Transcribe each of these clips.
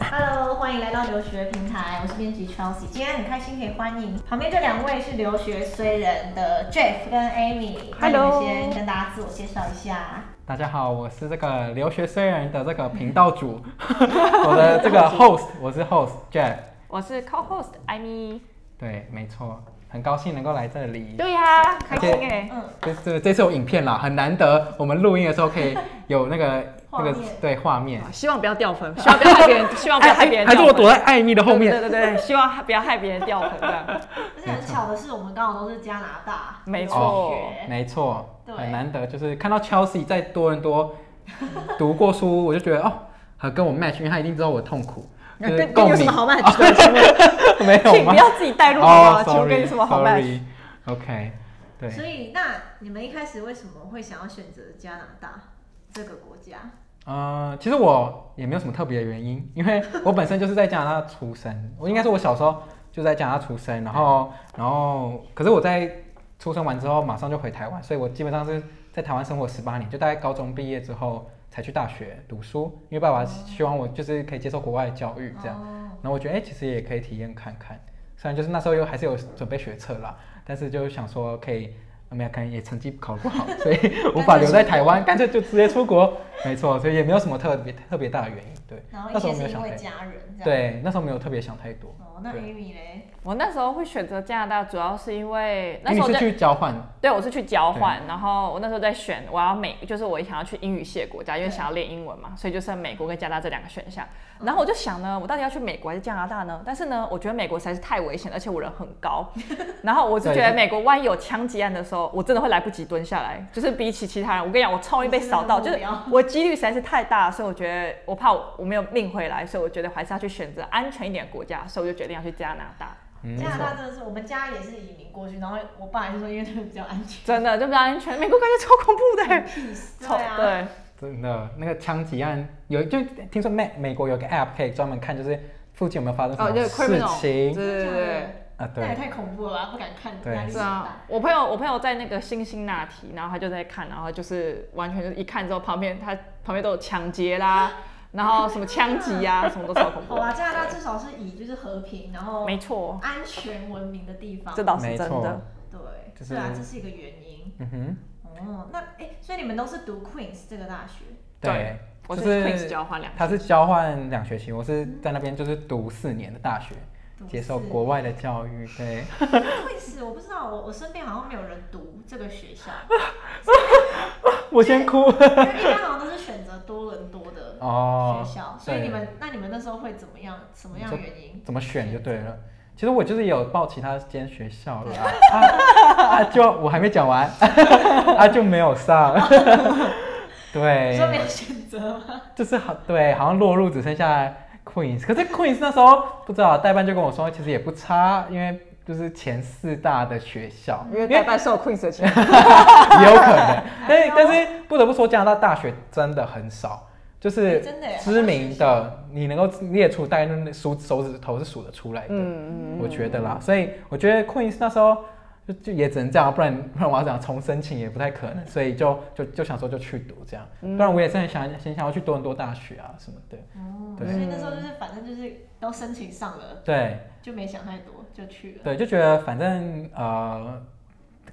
Hello，欢迎来到留学平台，我是编辑 Chelsea。今天很开心可以欢迎旁边这两位是留学虽人的 Jeff 跟 Amy。那你们 Hello 先跟大家自我介绍一下。大家好，我是这个留学虽然的这个频道 主， 我的这个 host，我是 host Jeff。我是 co-host 艾米。对，没错，很高兴能够来这里。对呀、开心而且哎、嗯，这这这次有影片啦，很难得，我们录音的时候可以有 那个画那面个对画面。啊希望不要掉粉，希 望不要害别 人，希望不要害别人还掉是粉。我躲在艾米的后面。对对对对，希望不要害别人掉粉这 样。而且很巧的是，我们刚好都是加拿大没留错学没错，对很难得，就是看到 Chelsea 在多伦多读过书，我就觉得哦，很跟我 match，因为他一定知道我的痛苦， 就是跟跟你共有什鸣么。好卖的？ 请没有吗不？要自己带入好哦吗？请跟你什么好卖？ ？OK，对。所以那你们一开始为什么会想要选择加拿大这个国家？呃，其实我也没有什么特别的原因，因为我本身就是在加拿大出生，我应该说我小时候就在加拿大出生，然后然后可是我在出生完之后马上就回台湾，所以我基本上是在台湾生活十八年，就大概高中毕业之后才去大学读书，因为爸爸希望我就是可以接受国外的教育这样，哦然后我觉得哎、诶其实也可以体验看看，虽然就是那时候又还是有准备学测啦，但是就想说可以。呃没有，可能也成绩考不好，所以无法留在台湾，干脆就直接出国。没错，所以也没有什么特别特别大的原因。对，然后那一时候些没有是想因为太家人这样。。对，那时候没有特别想太多。哦，那对 Amy 嘞？我那时候会选择加拿大，主要是因为那因时为你候是在去交换，对我是去交换，然后我那时候在选我要美，就是我想要去英语系的国家，因为想要练英文嘛，所以就剩美国跟加拿大这两个选项。然后我就想呢，我到底要去美国还是加拿大呢？但是呢，我觉得美国实在是太危险，而且我人很 高。然后我就觉得对美国万一有枪击案的时候，我真的会来不及蹲下来，就是比起其他人，我跟你讲，我超容易被扫到，你就是那是个目标我几率实在是太大，所以我觉得我怕我我没有命回来，所以我觉得还是要去选择安全一点的国家，所以我就决定要去加拿大。嗯，没加拿错大真的是，我们家也是移民过去，然后我爸还是说，因为那个比较安全。真的就比较安全，美国感觉超恐怖的、 Peace，超对啊， 对。真的那个枪击案有，就听说美美国有个 app 可以专门看，就是附近有没有发生什哦，么就是事 criminal，对对情对对，啊？那也对，太恐怖了吧，不敢看，对压力是很大啊。，我朋友我朋友在那个辛辛那提，然后他就在看，然后就是完全就是一看之后，旁边他旁边都有抢劫啦， 然后什么枪击呀，什么都超恐好怖的。吧，加拿大至少是以就是和平，然后没错，安全闻名的地方。这倒是没真的错。对，就是对啊，这是一个原因。嗯哼，哦，那哎，所以你们都是读 Queens 这个大学，对，我就是是 Queen's 交换两他是交换两学期，我是在那边就是读四年的大学，读接受四啊国外的教育，对。 Queens 我不知道，我我身边好像没有人读这个学校， 我先哭。因为一般好像都是选择多伦多的哦学校，所以对你们那你们那时候会怎么样？什么样的原因？怎么选就对了。其实我就是有报其他间学校 啦，啊啊就我还没讲完，啊就没有上，对哎说，没有选择吗？就是好对，好像落入只剩下 Queens，可是 Queens 那时候不知道代办就跟我说，其实也不差，因为就是前四大的学校，嗯因为代办受 Queen's 的钱， 也有 可能，但是但是不得不说，加拿大大学真的很少，就是哎真的耶知名的，你能够列出大概那数手指头是数得出来的， 嗯我觉得啦，所以我觉得 Queen 那时候就就也只能这样，不然不然我要想重申请也不太可能，所以就就就想说就去读这样，嗯不然我也是很想很想要去多伦多大学啊什么的，哦，对所以那时候就是反正就是都申请上了，对就没想太多就去了。对，就觉得反正呃，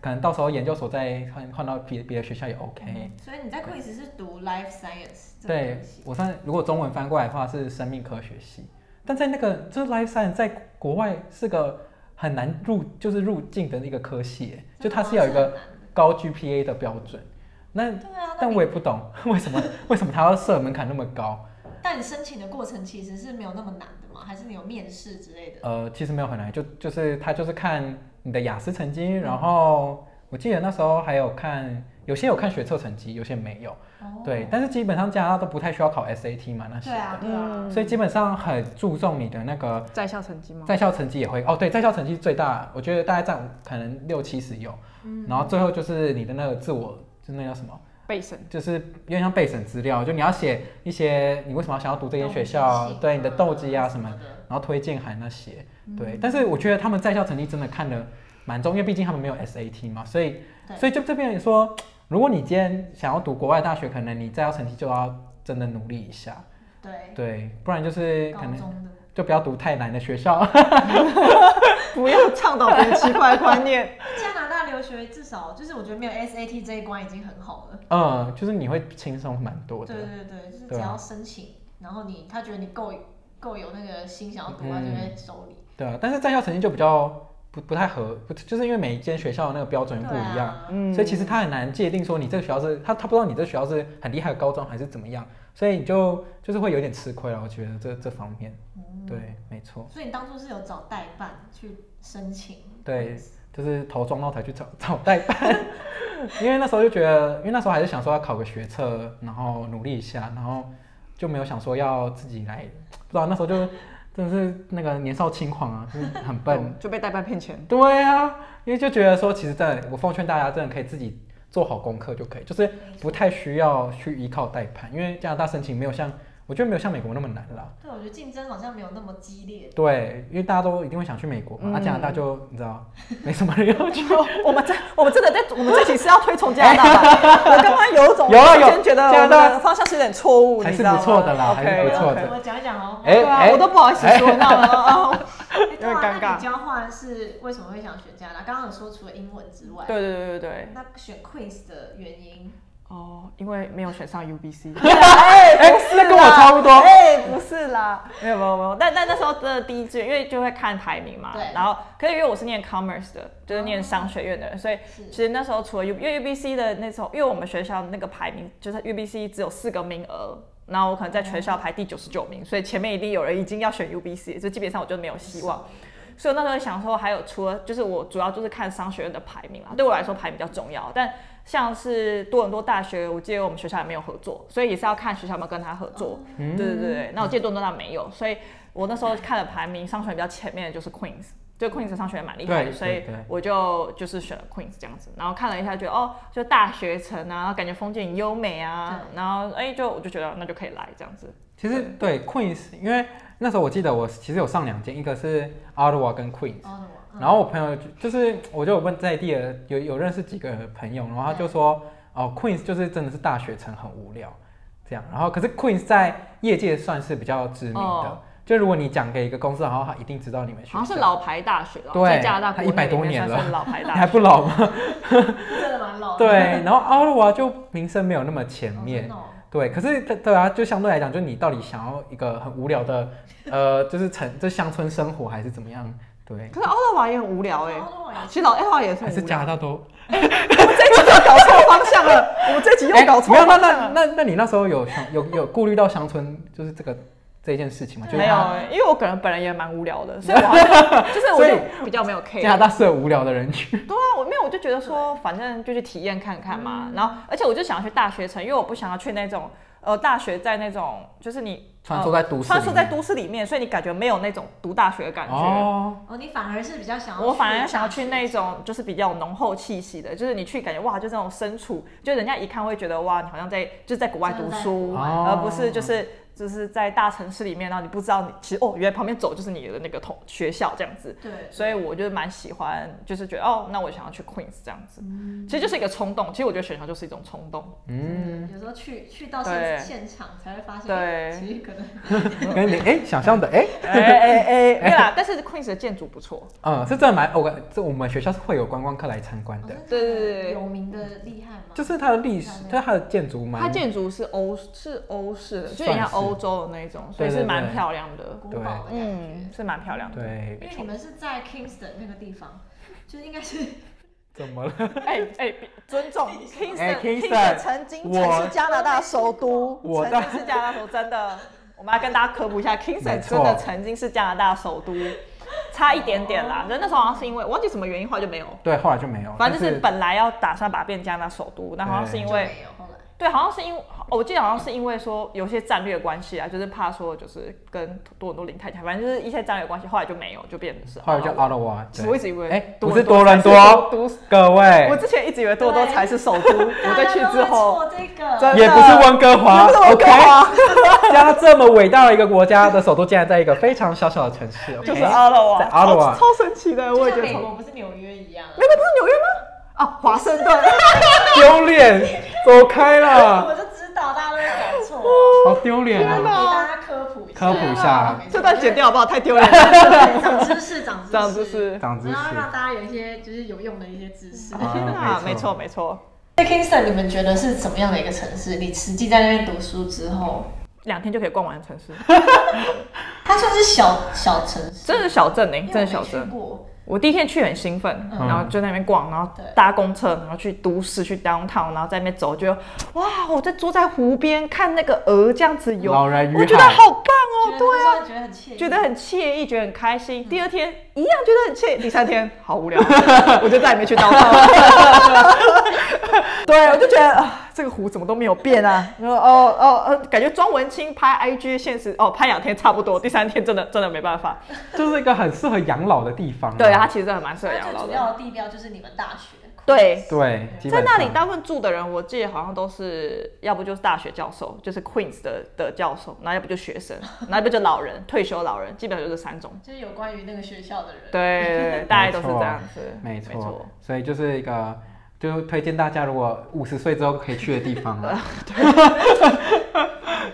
可能到时候研究所再换换到别别的学校也 OK，、所以你在 Queen's 是读 Life Science 这个对东西，我算如果中文翻过来的话是生命科学系，但在那个就是 life science 在国外是个很难入就是入境的一个科系耶，就它是有一真的个吗高 GPA 的标准。那对啊，那但你我也不懂 为什么为什么它要设门槛那么高？但你申请的过程其实是没有那么难的吗？还是你有面试之类的？呃，其实没有很难，就就是它就是看你的雅思成绩，然嗯后我记得那时候还有看有些有看学测成绩，有些没有。哦，对，但是基本上加拿大都不太需要考 SAT 嘛那些对啊，的，对啊，嗯所以基本上很注重你的那个在校成绩吗？在校成绩也会哦，对，在校成绩最大，我觉得大概占可能六七十有，嗯然后最后就是你的那个自我，就那叫什么，备审。就是有点像备审资料，就你要写一些你为什么要想要读这间学校，动机嗯对你的动机啊什么，的。然后推荐函那些，嗯对，但是我觉得他们在校成绩真的看得蛮重，因为毕竟他们没有 SAT 嘛，所以对所以就这边也说，如果你今天想要读国外大学，可能你在校成绩就要真的努力一下，对，对，不然就是高可能中的就不要读太难的学校。 不要倡导别人 奇怪的观念。加拿大留学至少就是我觉得没有 SAT 这一关已经很好了。嗯，就是你会轻松蛮多的。对对对，就是只对啊要申请，然后你他觉得你够够有那个心想要读，他就嗯会收你。对啊，但是在校成绩就比较不不太合，不就是因为每一间学校的那个标准不对一样，啊，嗯所以其实他很难界定说你这个学校是他他不知道你这个学校是很厉害的高中还是怎么样，所以你就就是会有点吃亏了。我觉得这这方面，嗯对，没错，所以你当初是有找代办去申请？对，就是头撞到才去找找代办， 因为那时候就觉得，因为那时候还是想说要考个学测，然后努力一下，然后就没有想说要自己来，不知道那时候就真的是那个年少轻狂啊，就是很笨。 就被代办骗钱。对啊，因为就觉得说，其实真的，我奉劝大家，真的可以自己做好功课就可以，就是不太需要去依靠代办，因为加拿大申请没有像，我觉得没有像美国那么难啦。对，我觉得竞争好像没有那么激烈。对，因为大家都一定会想去美国嘛，那、嗯加拿大就你知道，没什么人要去。我们在我们真的在我们这期是要推崇加 拿大吧？我刚刚有一种有啊有瞬间觉得加拿大我们的方向是有点错误，还是你知道吗不错的啦 OK，还是不错的我讲一讲哦。哎对啊，哎 我都不好意思说到了哦。 有点尴尬你交换是为什么会想选加拿大？刚刚有说除了英文之外，对对对对对，那选 Quiz 的原因，哦，因为没有选上 UBC。哎、这跟我差不多。哎、不是啦，没有没有没有，但但那时候真的第一志愿，因为就会看排名嘛对。然后，可是因为我是念 commerce 的，就是念商学院的人，所以是其实那时候除了 U，因为 UBC 的那时候，因为我们学校那个排名就是 UBC 只有四个名额。然后我可能在全校排第九十九名，所以前面一定有人已经要选 UBC，就基本上我就没有希望。所以我那时候想说，还有除了就是我主要就是看商学院的排名啦，对我来说排名比较重要。但像是多伦多大学，我记得我们学校也没有合作，所以也是要看学校有没有跟他合作。嗯对对对对，那我记得多伦多大没有，所以我那时候看了排名，商学院比较前面的就是 Queens。就 Queens 的商学院蛮厉害的，对所以对对我就就是选了 Queens 这样子，然后看了一下，觉得哦，就大学城啊，然后感觉风景很优美啊，然后哎、就我就觉得那就可以来这样子。其实对 Queens，因为那时候我记得我其实有上两间，一个是 Ottawa 跟 Queen，哦，什么？嗯然后我朋友就就是，我就有问在地的有有认识几个朋友，然后他就说，哦，Queens 就是真的是大学城很无聊，这样。然后可是 Queens 在业界算是比较知名的，哦就如果你讲给一个公司，然后他一定知道你们学校。好像是老牌大学了，对在加拿大国内它100多年了里面算是老牌你大 还学。不老吗？真的蛮老的。对，然后 Ottawa 就名声没有那么前哦面真。的哦对，可是对对啊，就相对来讲，就你到底想要一个很无聊的，呃，就是城，这乡村生活还是怎么样？对，可是奥勒瓦也很无聊哎、奥勒瓦也是其实老奥勒瓦也是很还无是加聊拿。大都我们这一集又搞错方向了，我们这一集又搞错哎没有方那向那了。那那你那时候有想有有顾虑到乡村就是这个这件事情吗？就是没有他哎、因为我个人本人也蛮无聊的，所以我好 像就是我所以就比较没有 care。加拿大是很无聊的人群。对啊，我没有，我就觉得说，反正就去体验看看嘛。然后，而且我就想要去大学城，因为我不想要去那种呃大学在那种就是你呃穿梭在都市里面穿梭在都市里面，所以你感觉没有那种读大学的感觉。哦，哦，你反而是比较想要，我反而想要去那种就是比较浓厚气息的，就是你去感觉哇，就这种身处，就人家一看会觉得哇，你好像在就是在国外读书，哦而不是就是就是在大城市里面，然后你不知道你其实哦，原来旁边走就是你的那个同学校这样子。对，所以我就蛮喜欢，就是觉得哦，那我想要去 Queens 这样子，其实就是一个冲动。其实我觉得选校就是一种冲 动，嗯，有时候去去到对现现场才会发现，哎对其实可能跟你哎想象的哎，哎哎哎，对啦。但是 Queens 的建筑不错， 嗯，是真的蛮，我这我们学校是会有观光客来参观的，对对对对哦有名的厉害嘛，就是它的历史，它它的建筑蛮，它建筑是欧是欧式的，就有点像算是欧洲的那一种，所以对是对蛮对漂亮的。古堡的感觉嗯，。是蛮漂亮的。对因，为你们是在 Kingston 那个地方，就是应该是怎么了？哎哎，尊重 Kingston，Kingston、哎 Kingston，曾经我曾是加拿大首都，我曾经是加拿大首都，真的，我们要跟大家科普一下，Kingston 没错真的曾经是加拿大首都，差一点点啦。就那时候好像是因为我忘记什么原因，后来就没有。对，后来就没有，反正就但哎是本来要打算把它变加拿大首都，那好像是因就为没有后来。对，好像是因为哦我记得好像是因为说有些战略关系啊，就是怕说就是跟多伦多林太太，反正就是一些战略关系，后来就没有，就变成是后来就哦啊。阿拉瓦，对我一直以为哎，多不伦是多多才伦是首多，各我位之前一直以为多伦多才是首都，我在去之后，大家都会错这个，真的也不是温哥华也不是温哥华 o k 加这么伟大的一个国家的首都，竟然在一个非常小小的城市，哎就是 OK？阿拉瓦，在哎阿拉瓦超超神奇的，我就也觉像得美超。国不是纽约一样啊。美国不是纽约吗？啊，华盛顿，丢脸，走开 啦，我就知道大家都会搞错。好丢脸给天哪啊！大家普科普一下这段剪掉好不好？太丢脸了， 对长知识，长知识，这样子是。长知然后让识。大家有一些就是有用的一些知识。啊天哪，没没错错没错。对 Kingston，你们觉得是怎么样的一个城市？你实际在那边读书之后，两天就可以逛完城市，它算是小小城市，真的是小镇哎、因为我真没的小镇去。过，我第一天去很兴奋，嗯然后就在那边逛，然后对搭公车，然后去都市，去 downtown，然后在那边走，就哇，我在坐在湖边看那个鹅这样子游，老人与海我觉得好棒哦，对啊，啊，觉得很惬意，觉得很惬意，觉得很开心。第二天一样觉得很惬意，第三天好无聊，我就再也没去 downtown 了。对，我就觉得啊，这个湖怎么都没有变啊。然后哦哦呃，感觉庄文清拍 IG 现实哦，拍两天差不多，第三天真的真的没办法。就是一个很适合养老的地方啊。对，它其实真的蛮适合它养老最主的。要的地标就是你们大学，对，对，基在本那里上大部分住的人，我记得好像都是要不就是大学教授，就是 Queens 的的教授，然后要不就学生， 然后要不就老人、退休老人，基本上就这三种。就是有关于那个学校的人，对对 对，大概都是这样子。没错，，所以就是一个，就推荐大家如果五十岁之后可以去的地方了。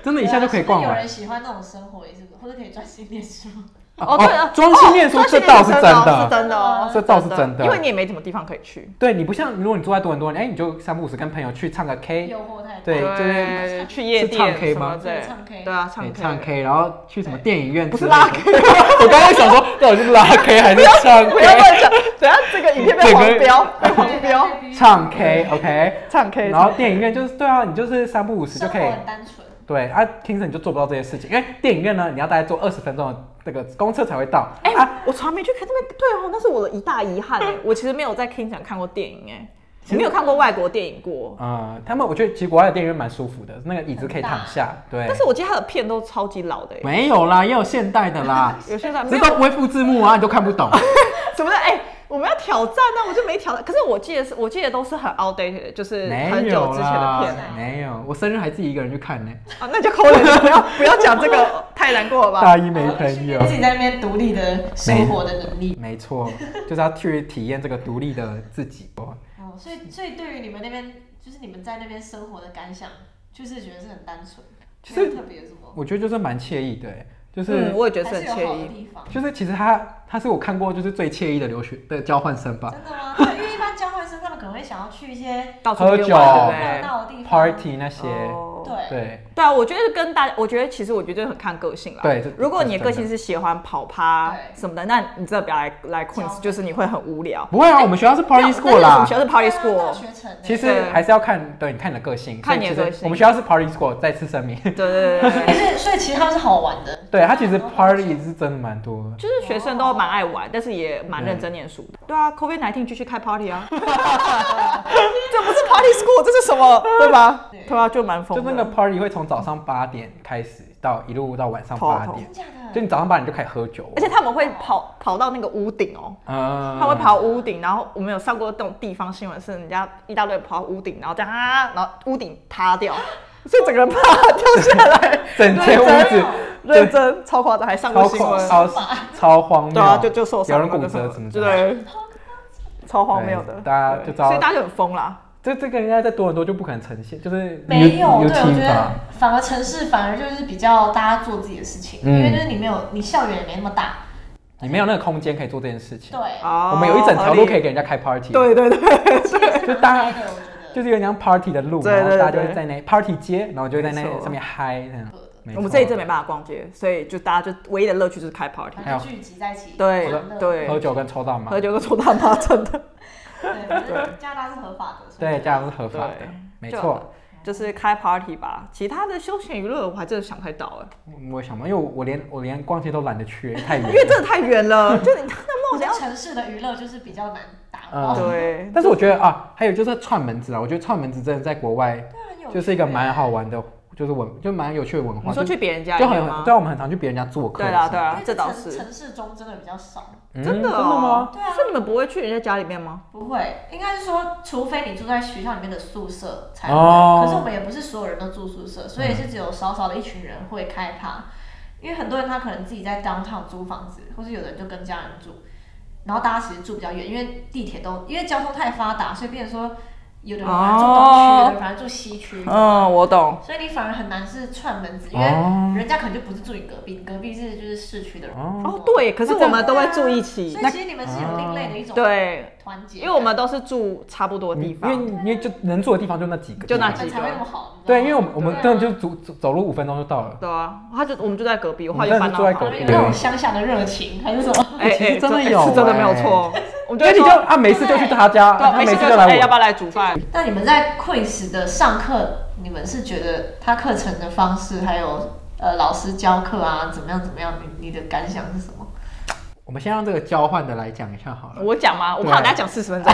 真的，对啊，一下就可以逛是不是有完人。喜欢那种生活，也是或者可以专心念书，哦对啊，专心念书哦这倒是真专心念书是的。真的哦，这倒是真的因为你也没什么地方可以去。对你不像，如果你住在多伦多，哎，你就三不五时跟朋友去唱个 K， 诱惑太大，哎对对，去夜是唱店 K 什么吗之类的唱 K 对啊，哎唱 K，唱 K，然后去什么电影院之类的，不是拉 K。我 刚刚想说，到底是拉 K 还是唱不要 K？乱讲，等下这个影片被黄标，被哎黄标。唱 K，OK。唱 K，然后电影院就是对啊，你就是三不五时就生可活以。很单纯，对啊，Kingston 你就做不到这些事情，因为电影院呢，你要大概坐二十分钟的那个公车才会到。哎、啊，嗯我从来没去看，那边对哦，那是我的一大遗憾哎、我其实没有在 King 展看过电影哎、我没有看过外国电影过，呃，他们我觉得其实国外的电影院蛮舒服的，那个椅子可以躺下。对但，是我记得他的片都超级老的哎、没有啦，也有现代 的啦，有些人没 这有都不会附字幕啊，你都看不懂。什么的哎、我们要挑战啊，我就没挑战。可是我记得是，我记得都是很 outdated，的 就是很没久有之前的啦片啊，没有，我生日还自己一个人去看呢、啊，那就扣了，不要不要讲这个，太难过了 吧？大一没哦朋 友。自己在那边独立的生活的能力。没错，就是要去体验这个独立的自己。哦，所以所以对于你们那边，就是你们在那边生活的感想，就是觉得是很单纯，其没实有特别什么，我觉得就是蛮惬意的、欸就是、嗯，我也觉得还是是很有惬好的意。地方。就是，其实他他是我看过就是最惬意的留学的交换生吧真的吗？ 对因为一般交换生他们可能会想要去一些到处喝去酒热玩，闹的地方哎，party 那些，哦对对。对啊，我觉得跟大家，我觉得其实我觉得就很看个性啦。对这如果你的这个是真的性是喜欢跑趴对什么的，那你真的不要来来交 Queens，换就是你会很无聊。不会啊，我们学校是 party 那那 school 啦你。们学校是 party 对啊大 school，学城欸其实还是要看，对，你看你的个性。嗯看你的所以个其实性我们学校是 party school，再次声明。对对对对可 对，是所以其实他们是好玩的。 对，它其实然后 party 是真的蛮多的。就是学生都蛮爱玩，但是也蛮认真念书嗯的。对啊，COVID 1 9继续开 party 啊，这不是 party school，这是什么？对吧？对对啊，就蛮疯就的。那个 party 会从早上八点开始，到一路到晚上头啊八头点真，假的？就你早上八点就开始喝酒。而且他们会跑跑到那个屋顶哦，嗯他会跑屋顶，然后我们有上过那种地方新闻，是人家一大堆人跑到屋顶，然后这样啊，然后屋顶塌 掉，所以整个人啪掉下来，整间屋子认真超夸张，还上过超新闻，超超荒谬。对啊，就就受伤，有人骨折什么的。对，超荒谬的，对大家就对知道所以大家就很疯啦。这这个应该在多伦多就不可能呈现，就是没有， U- 对，我 UT 觉吧得反而城市反而就是比较大家做自己的事情，嗯因为就是你没有，你校园也没那么大，你没有那个空间可以做这件事情。对，哦我们有一整条路可以合理给人家开 party。对对对，就大的，我觉得。就是有点像 party 的路，对然后对大家就对会在那 party 街，然后就会在那没错上面嗨这样。没我们错这一阵没办法逛街，所以就大家就唯一的乐趣就是开 party，反正聚集在一起，对玩乐对喝酒跟抽大麻，喝酒跟抽大麻，真的。对，反正加拿大是合法的，所以对，这样是合法的对，没就错。就是开 party 吧，其他的休闲娱乐我还真的想不太到哎、我想嘛，因为我连我连逛街都懒得去，太 远因为了。真的太远 了，就你那梦想要城市的娱乐就是比较难达嗯到，对，但是我觉得啊，还有就是串门子啊，我觉得串门子真的在 国外对啊很有趣就是一个蛮好玩的，就是文就蛮有趣的文化。哎你说就去别人家就里面吗很？对啊，我们很常去别人家做客。对啦对因啦为，啊这倒城是城市中真的比较少，嗯真的真的哦吗？对啊所以你们不会去人家家里面吗？不会，应该是说，除非你住在学校里面的宿舍才会。哦可是我们也不是所有人都住宿舍，所以是只有少少的一群人会开趴。因为很多人他可能自己在 downtown 租房子，或是有人就跟家人住，然后大家其实住比较远，因为地铁都因为交通太发达，所以变成说有的人反而住东区，有的人哦反而住西区，嗯，我懂。所以你反而很难是串门子，因为哦人家可能就不是住你隔壁，隔壁是就是市区的人。哦，哦，对，可是我们都会住一起所，以那其实你们是有另类的一种对，团结，因为我们都是住差不多你哦地因为方，因为就能住的地方就那几个，就那你几啊们个才会那么好。你知道吗对，因为我们我们对啊真的就走走走路五分钟就到了。对啊，他就我们就在隔壁，我后来我就们搬真的到住在好旁隔像边壁有那种乡下的热情还是什么？ 哎其实哎，真的哎有是真的没有哎错，我们因就会为你就说，啊，每次就去他家，啊对，没他每事次就就是哎，来要不要我。来煮饭？那你们在 Queen's 的上课，你们是觉得他课程的方式，还有呃老师教课啊，怎么样怎么样？你你的感想是什 么？我们先让这个交换的来讲一下好了。我讲吗？我怕我等下讲四十分钟。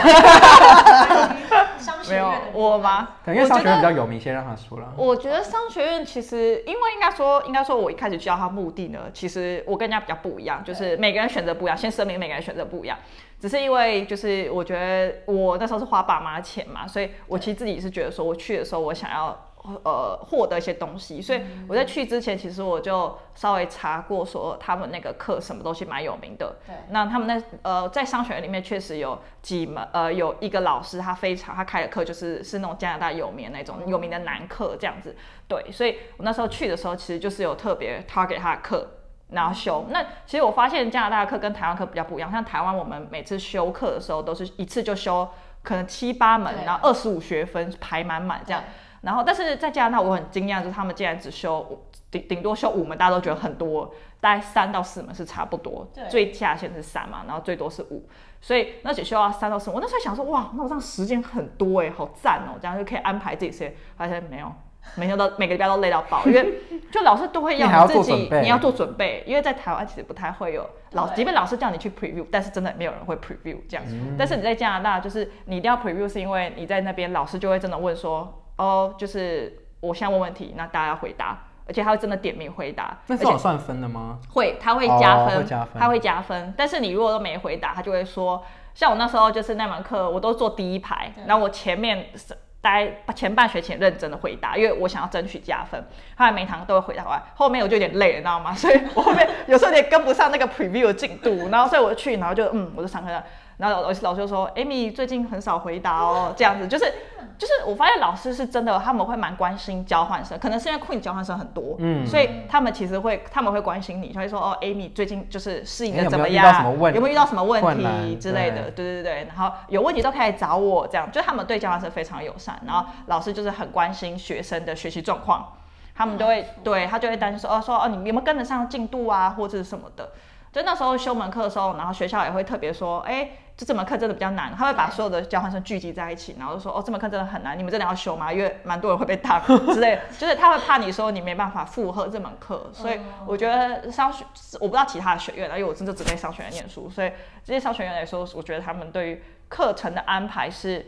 商学没院有的部分我吗？对，因为商学我觉院得比较有名，先让他说了。我觉得商学院其实，因为应该说，应该说，我一开始教他目的呢，其实我跟人家比较不一样，就是每个人选择不一样。先声明，每个人选择不一样，只是因为就是我觉得我那时候是花爸妈钱嘛，所以我其实自己是觉得说，我去的时候我想要呃获得一些东西，所以我在去之前，其实我就稍微查过说他们那个课什么东西蛮有名的，对那他们那呃，在商学院里面确实有几门呃，有一个老师他非常他开的课就是是那种加拿大有名的那种有名的男课这样子，对，所以我那时候去的时候其实就是有特别 target 他的课。然后修，那其实我发现加拿大的课跟台湾课比较不一样，像台湾我们每次修课的时候都是一次就修可能七八门，对然后二十五学分排满满这样。然后，但是在加拿大我很惊讶，就是他们竟然只修五顶顶多修五门，大家都觉得很多，大概三到四门是差不多对，最下限是三嘛，然后最多是五，所以那只需要三到四。我那时候想说，哇，那我这样时间很多哎、好赞哦、这样就可以安排自己时间。发现没有，每天都每个礼拜都累到 爆，因为就老师都会你还要要你自做准己备你要做准备，因为在台湾其实不太会有老，对即便老师叫你去 preview，但是真的没有人会 preview 这样。嗯但是你在加拿大，就是你一定要 preview，是因为你在那边老师就会真的问说，哦，就是我现在问问题，那大家要回答，而且他会真的点名回答，那是而且有算分的吗？会，他会加哦分，会加分他会加分。但是你如果都没回答，他就会说，像我那时候就是那门课，我都坐第一排，然后我前面是大概前半学期很认真的回答，因为我想要争取加分。后来每堂都会回答完，后面我就有点累了，你知道吗？ 所以我后面有时候有点跟不上那个 preview 的进度，然后所以我去，然后就嗯，我就上课了。然后老师老师就说：“Amy 最近很少回答哦，这样子就是就是我发现老师是真的，他们会蛮关心交换生，可能是因为 Queen 交换生很多，嗯嗯，所以他们其实会他们会关心你，他会说哦，Amy 最近就是适应哎的有怎没有么遇到样，什么问有没有遇到什么问困难题之类的，对对对，然后有问题都可以找我，这样就他们对交换生非常友善，然后老师就是很关心学生的学习状况，他们都会对他就会担心说哦说哦你有没有跟得上进度啊或者是什么的。就那时候修门课的时候，然后学校也会特别说，哎、就这门课真的比较难，他会把所有的交换生聚集在一起，然后就说，哦，这门课真的很难，你们真的要修吗？因为蛮多人会被打之类的， 就是他会怕你说你没办法负荷这门课，所以我觉得商学，我不知道其他的学院啊，因为我真的只在商学院念书，所以这些商学院来说，我觉得他们对于课程的安排是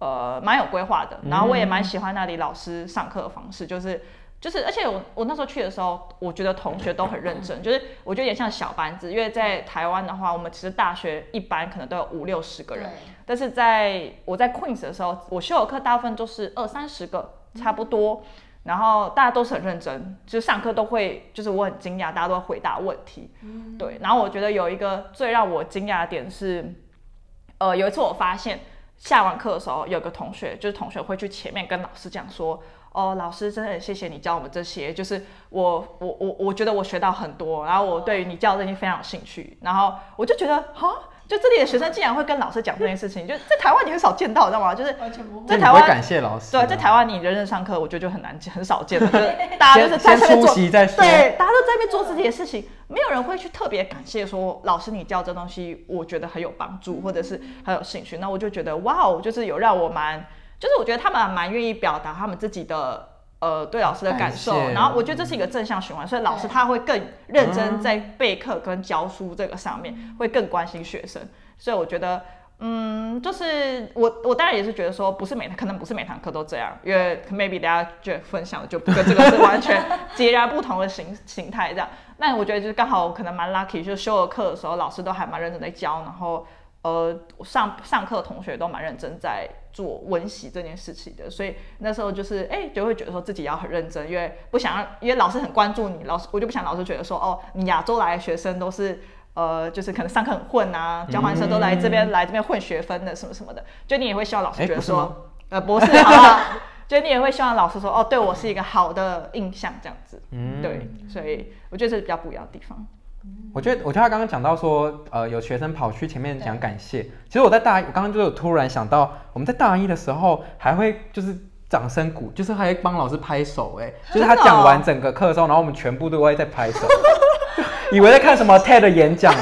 呃蛮有规划的，然后我也蛮喜欢那里老师上课的方式，就是就是，而且我我那时候去的时候，我觉得同学都很认真，就是我觉得有点像小班制，因为在台湾的话，我们其实大学一班可能都有五六十个人，但是在我在 Queens 的时候，我修的课大部分都是二三十个差不多，然后大家都是很认真，就是上课都会，就是我很惊讶，大家都会回答问题，对。然后我觉得有一个最让我惊讶的点是，呃，有一次我发现下完课的时候，有个同学就是同学会去前面跟老师讲说。哦，老师，真的很谢谢你教我们这些，就是我我我我觉得我学到很多，然后我对于你教的这些非常有兴趣，然后我就觉得哈，就这里的学生竟然会跟老师讲这件事情，就在台湾你很少见到，你知道吗？就是完全不会。在那台你不会湾感谢老师吗。对，在台湾你人人上课，我觉得就很难见很少见 了，就是大家就是先在上面先做出席再说对，大家都在那边做自己的事情，没有人会去特别感谢说老师你教这东西，我觉得很有帮助，或者是很有兴趣。那我就觉得哇哦，就是有让我蛮，就是我觉得他们蛮愿意表达他们自己的。呃，对老师的感受，感谢然后我觉得这是一个正向循环，所以老师他会更认真在备课跟教书这个上面，会更关心学生。所以我觉得，嗯，就是我我当然也是觉得说，不是每可能不是每堂课都这样，因为 maybe 大家觉得分享的就跟这个是完全截然不同的形形态这样。那我觉得就是刚好我可能蛮 lucky，就是修了课的时候，老师都还蛮认真在教，然后呃上上课的同学都蛮认真在做温习这件事情的，所以那时候就是哎、就会觉得说自己要很认真，因为不想让因为老师很关注你，老师我就不想老师觉得说哦你亚洲来的学生都是。呃，就是可能上课很混啊，交换生都来这边、来这边混学分的什么什么的，就你也会希望老师哎觉得嗯不是吗说，呃，博士， 好不好？就是你也会希望老师说，哦，对我是一个好的印象这样子。嗯对，所以我觉得这是比较不一样的地方。我觉得，我觉得他刚刚讲到说，呃，有学生跑去前面讲感谢。其实我在大一，我刚刚就有突然想到，我们在大一的时候还会就是掌声鼓，就是还会帮老师拍手、哎，就是他真的哦讲完整个课之后，然后我们全部都会在拍手， 以为在看什么 TED 演讲。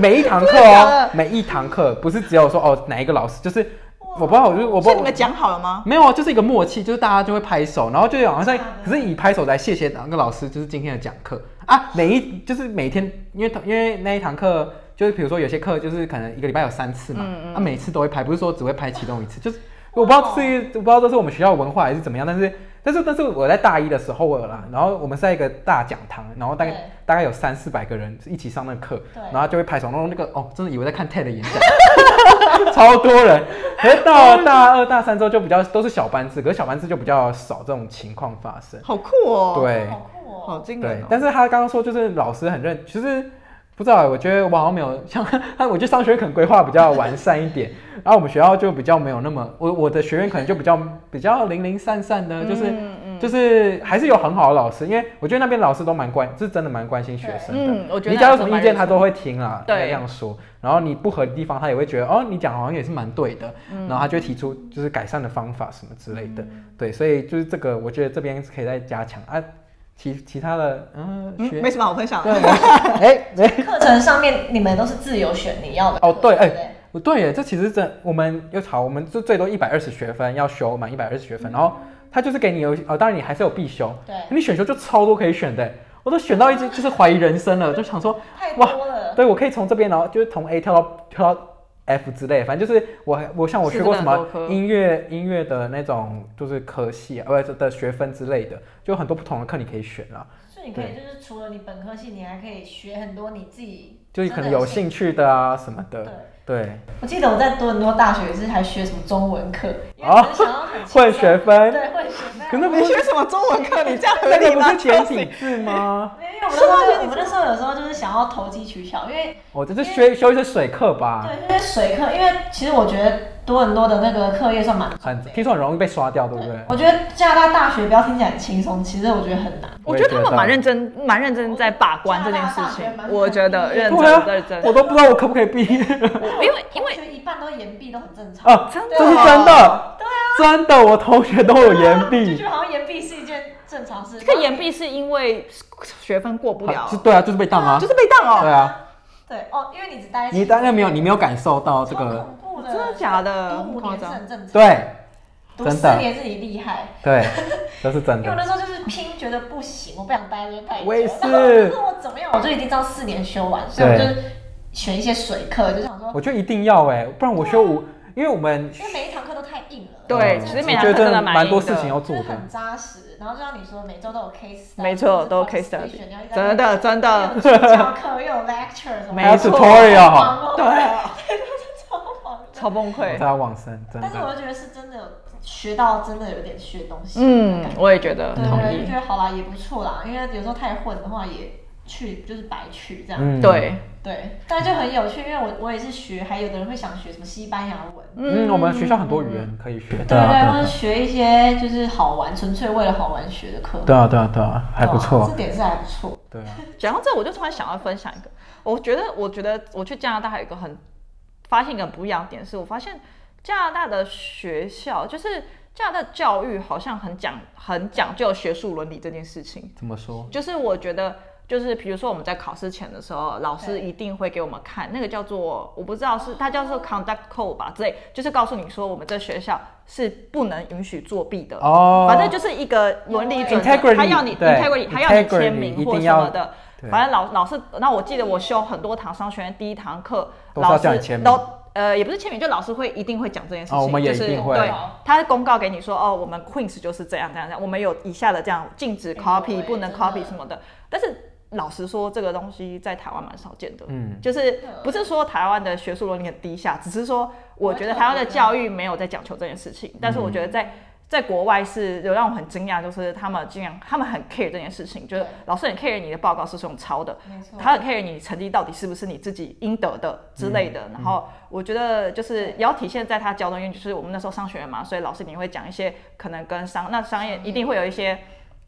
每一堂课哦，每一堂课不是只有说哦哪一个老师，就是我不知道，我就我不所知以你道们讲好了吗？没有啊，就是一个默契，就是大家就会拍手，然后就好像在啊，可是以拍手来谢谢哪个老师，就是今天的讲课啊，每一就是每天，因为因为那一堂课就是比如说有些课就是可能一个礼拜有三次嘛，嗯嗯啊每次都会拍，不是说只会拍其中一次，就是我不知道是我不知道这是我们学校文化还是怎么样，但是但是但是我在大一的时候我有啦，然后我们是在一个大讲堂，然后大概对大概有三四百个人一起上那个课对，然后就会拍手，然后那个哦真的以为在看 TED 的演讲。 超多人。可是到了大二、大三之后就比较都是小班制，可是小班制就比较少这种情况发生。好酷哦！，对好酷哦。好惊对人、，哦。但是他刚刚说就是老师很认，其实不知道欸，我觉得我好像没有像 他，我觉得商学院可能规划比较完善一点，然后我们学校就比较没有那么，我我的学院可能就比较比较零零散散的，就是。嗯嗯就是还是有很好的老师，因为我觉得那边老师都蛮关，是真的蛮关心学生的。嗯，我觉得你只要有什那么意蛮见，他认都会听啦，对应该这样说。然后你不合的地方，他也会觉得哦，你讲好像也是蛮对的，然后他就会提出就是改善的方法什么之类的。对，所以就是这个，我觉得这边是可以再加强啊。其其他的，嗯，真学嗯，没什么好分享的。 对，我 哎哎，课程上面你们都是自由选你要的哦对哎不对不对耶，这其实这我们又好，我们就最多一百二十学分要修满一百二十学分，然后他就是给你有哦，当然你还是有必修，对你选修就超多可以选的，我都选到一直就是怀疑人生了，就想说太哇多了，对，我可以从这边，然后就是从 A 跳到跳到 F 之类，反正就是我我像我学过什是这么个很多科音乐音乐的那种就是科系啊，呃不是的学分之类的，就有很多不同的课你可以选啊啦，所以你可以就是除了你本科系，你还可以学很多你自己就是可能真的有兴趣的啊什么对的，，对，我记得我在多伦多大学也是还学什么中文课，因为哦很想要很轻松混学分，对混学分。可那不你是学什么中文课？你这样合 那理个不吗？是简体字 吗？没有因为我们那时候就，我们那时候有时候就是想要投机取巧，因为我这是学修一些水课吧，对，因为水课，因为其实我觉得多伦多的那个课业算蛮很听说很容易被刷掉，对不对？我觉得加拿大大学不要听起来很轻松，其实我觉得很难。我觉得他们蛮认真，蛮认真在把关这件事情。我觉得认真啊认真，啊我都不知道我可不可以毕业 因为因为就一半都岩壁都很正常，啊！真的哦啊这是真的，真的，我同学都有 岩就壁觉，得好像岩壁是一件正常事。这个岩壁是因为学分过不了是，对啊，就是被当啊就，是被当哦。对啊。对哦，因为你只待你大概没有，你没有感受到这超个，恐怖的，真的假的读五年是很正常，，对读真的四年是你厉害。 对，这是真因为我的。那时候就是拼，觉得不行，我不想待这太久。我也是然后然后我怎么样，我就一定到四年修完，所以我就对选一些水课，就想说，我觉得一定要哎、不然我修五，因为我们因为每一堂课都太硬了，啊对嗯其实每我堂课觉得真真的的蛮蛮多硬的事情要做就是的。很扎实。然后就像你说，每周都有 case，study，没错，都有 case study，真真的真的，教课又有 lecture 什么的，没还有错 tutorial 好忙哦对，啊， 超忙的。超崩我溃在。往生，真但是的。我就觉得是真的有学到，真的有点学东西。嗯，我也觉得对同对对，就。意觉得好啦，也不错啦，因为有时候太混的话也去就是白去这样。嗯对，对，但就很有趣，因为我我也是学，还有的人会想学什么西班牙文，嗯，我们学校很多语言可以学。啊对啊对，或者学一些就是好玩，纯粹为了好玩学的课，对啊，对啊，对啊，还不哇错这。点是还不错。对啊，讲到这，我就突然想要分享一个，我觉得，我觉得我去加拿大还有一个很发现一个很不一样的点是，我发现加拿大的学校就是加拿大的教育好像很讲很讲究学术伦理这件事情，怎么说？就是我觉得。就是比如说我们在考试前的时候，老师一定会给我们看那个叫做我不知道是它叫做 conduct code 吧之类，就是告诉你说我们这学校是不能允许作弊的哦反正就是一个伦理准则 Integrity，他要你对 integrity，他要你 integrity，签名一或定什要么的，对反正老老师，那我记得我修很多堂商学院第一堂课，都是要老叫你师签名都呃也不是签名，就老师会一定会讲这件事情，哦我们也就是一定会对，他会公告给你说哦，我们 Queens 就是这样这样这样，我们有以下的这样禁止哎 copy，、呦喂不能真的 copy 什么的，但是老实说，这个东西在台湾蛮少见的，嗯，就是不是说台湾的学术伦理很低下，只是说我觉得台湾的教育没有在讲求这件事情，但是我觉得在在国外是有让我很惊讶，就是他们竟然他们很 care 这件事情，就是对老师很 care 你的报告是不是用抄的，没错，他很 care 你成绩到底是不是你自己应得的之类的。然后我觉得就是也要体现在他教的，因为就是我们那时候商学院嘛，所以老师你会讲一些可能跟商那商业一定会有一些。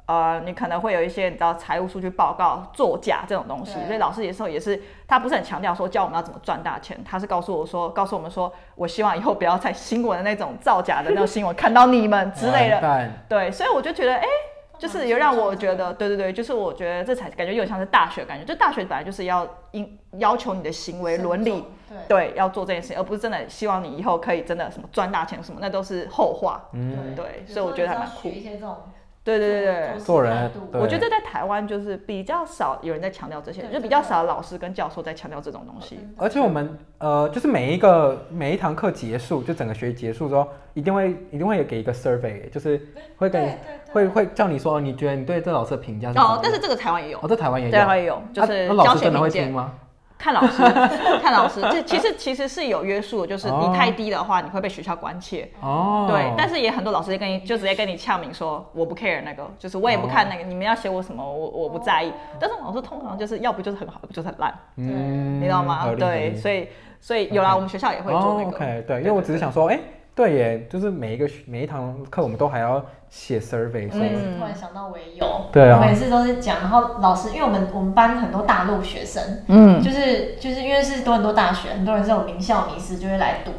呃，你可能会有一些你知道财务数据报告作假这种东西，对所以老师有时候也是他不是很强调说教我们要怎么赚大钱，他是告诉我说，告诉我们说，我希望以后不要在新闻的那种造假的那种新闻看到你们之类的完，蛋对，所以我就觉得，哎、嗯就是有让我觉得，对对对，就是我觉得这才感觉有点像是大学的感觉，就大学本来就是要因要求你的行为伦理，对对，要做这件事情，而不是真的希望你以后可以真的什么赚大钱什么，那都是后话。嗯，对，有所以我觉得还时候蛮要酷学。一些这种对对对对，事做人态度对我觉得在台湾就是比较少有人在强调这些，对就比较少老师跟教授在强调这种东西。而且我们呃，就是每一个每一堂课结束，就整个学期结束之后，一定会一定会给一个 survey，就是会给对对对会会叫你说，哦你觉得你对这老师的评价是怎么哦样，但是这个台湾也有哦，，在台湾也有，台湾也有，就是啊那老教师学真的评会鉴听。吗？看老师， 看老师，这其实其实是有约束的，就是哦你太低的话，你会被学校关切。哦，对，但是也很多老师就跟你就直接跟你呛明说，我不 care 那个，就是我也不哦看那个，你们要写我什么，我我不在意。但是老师通常就是要不就是很好，要不就是很烂，嗯，你知道吗？对，以所以所以有啦，我们学校也会做哦那个。 ，OK，对，因为我只是想说，哎，对耶，就是每一个每一堂课我们都还要写 survey，我所也以嗯是突然想到我也有，对啊我每次都是讲，然后老师，因为我们我们班很多大陆学生，嗯，就是就是因为是多很多大学，很多人这种名校名师就会来读，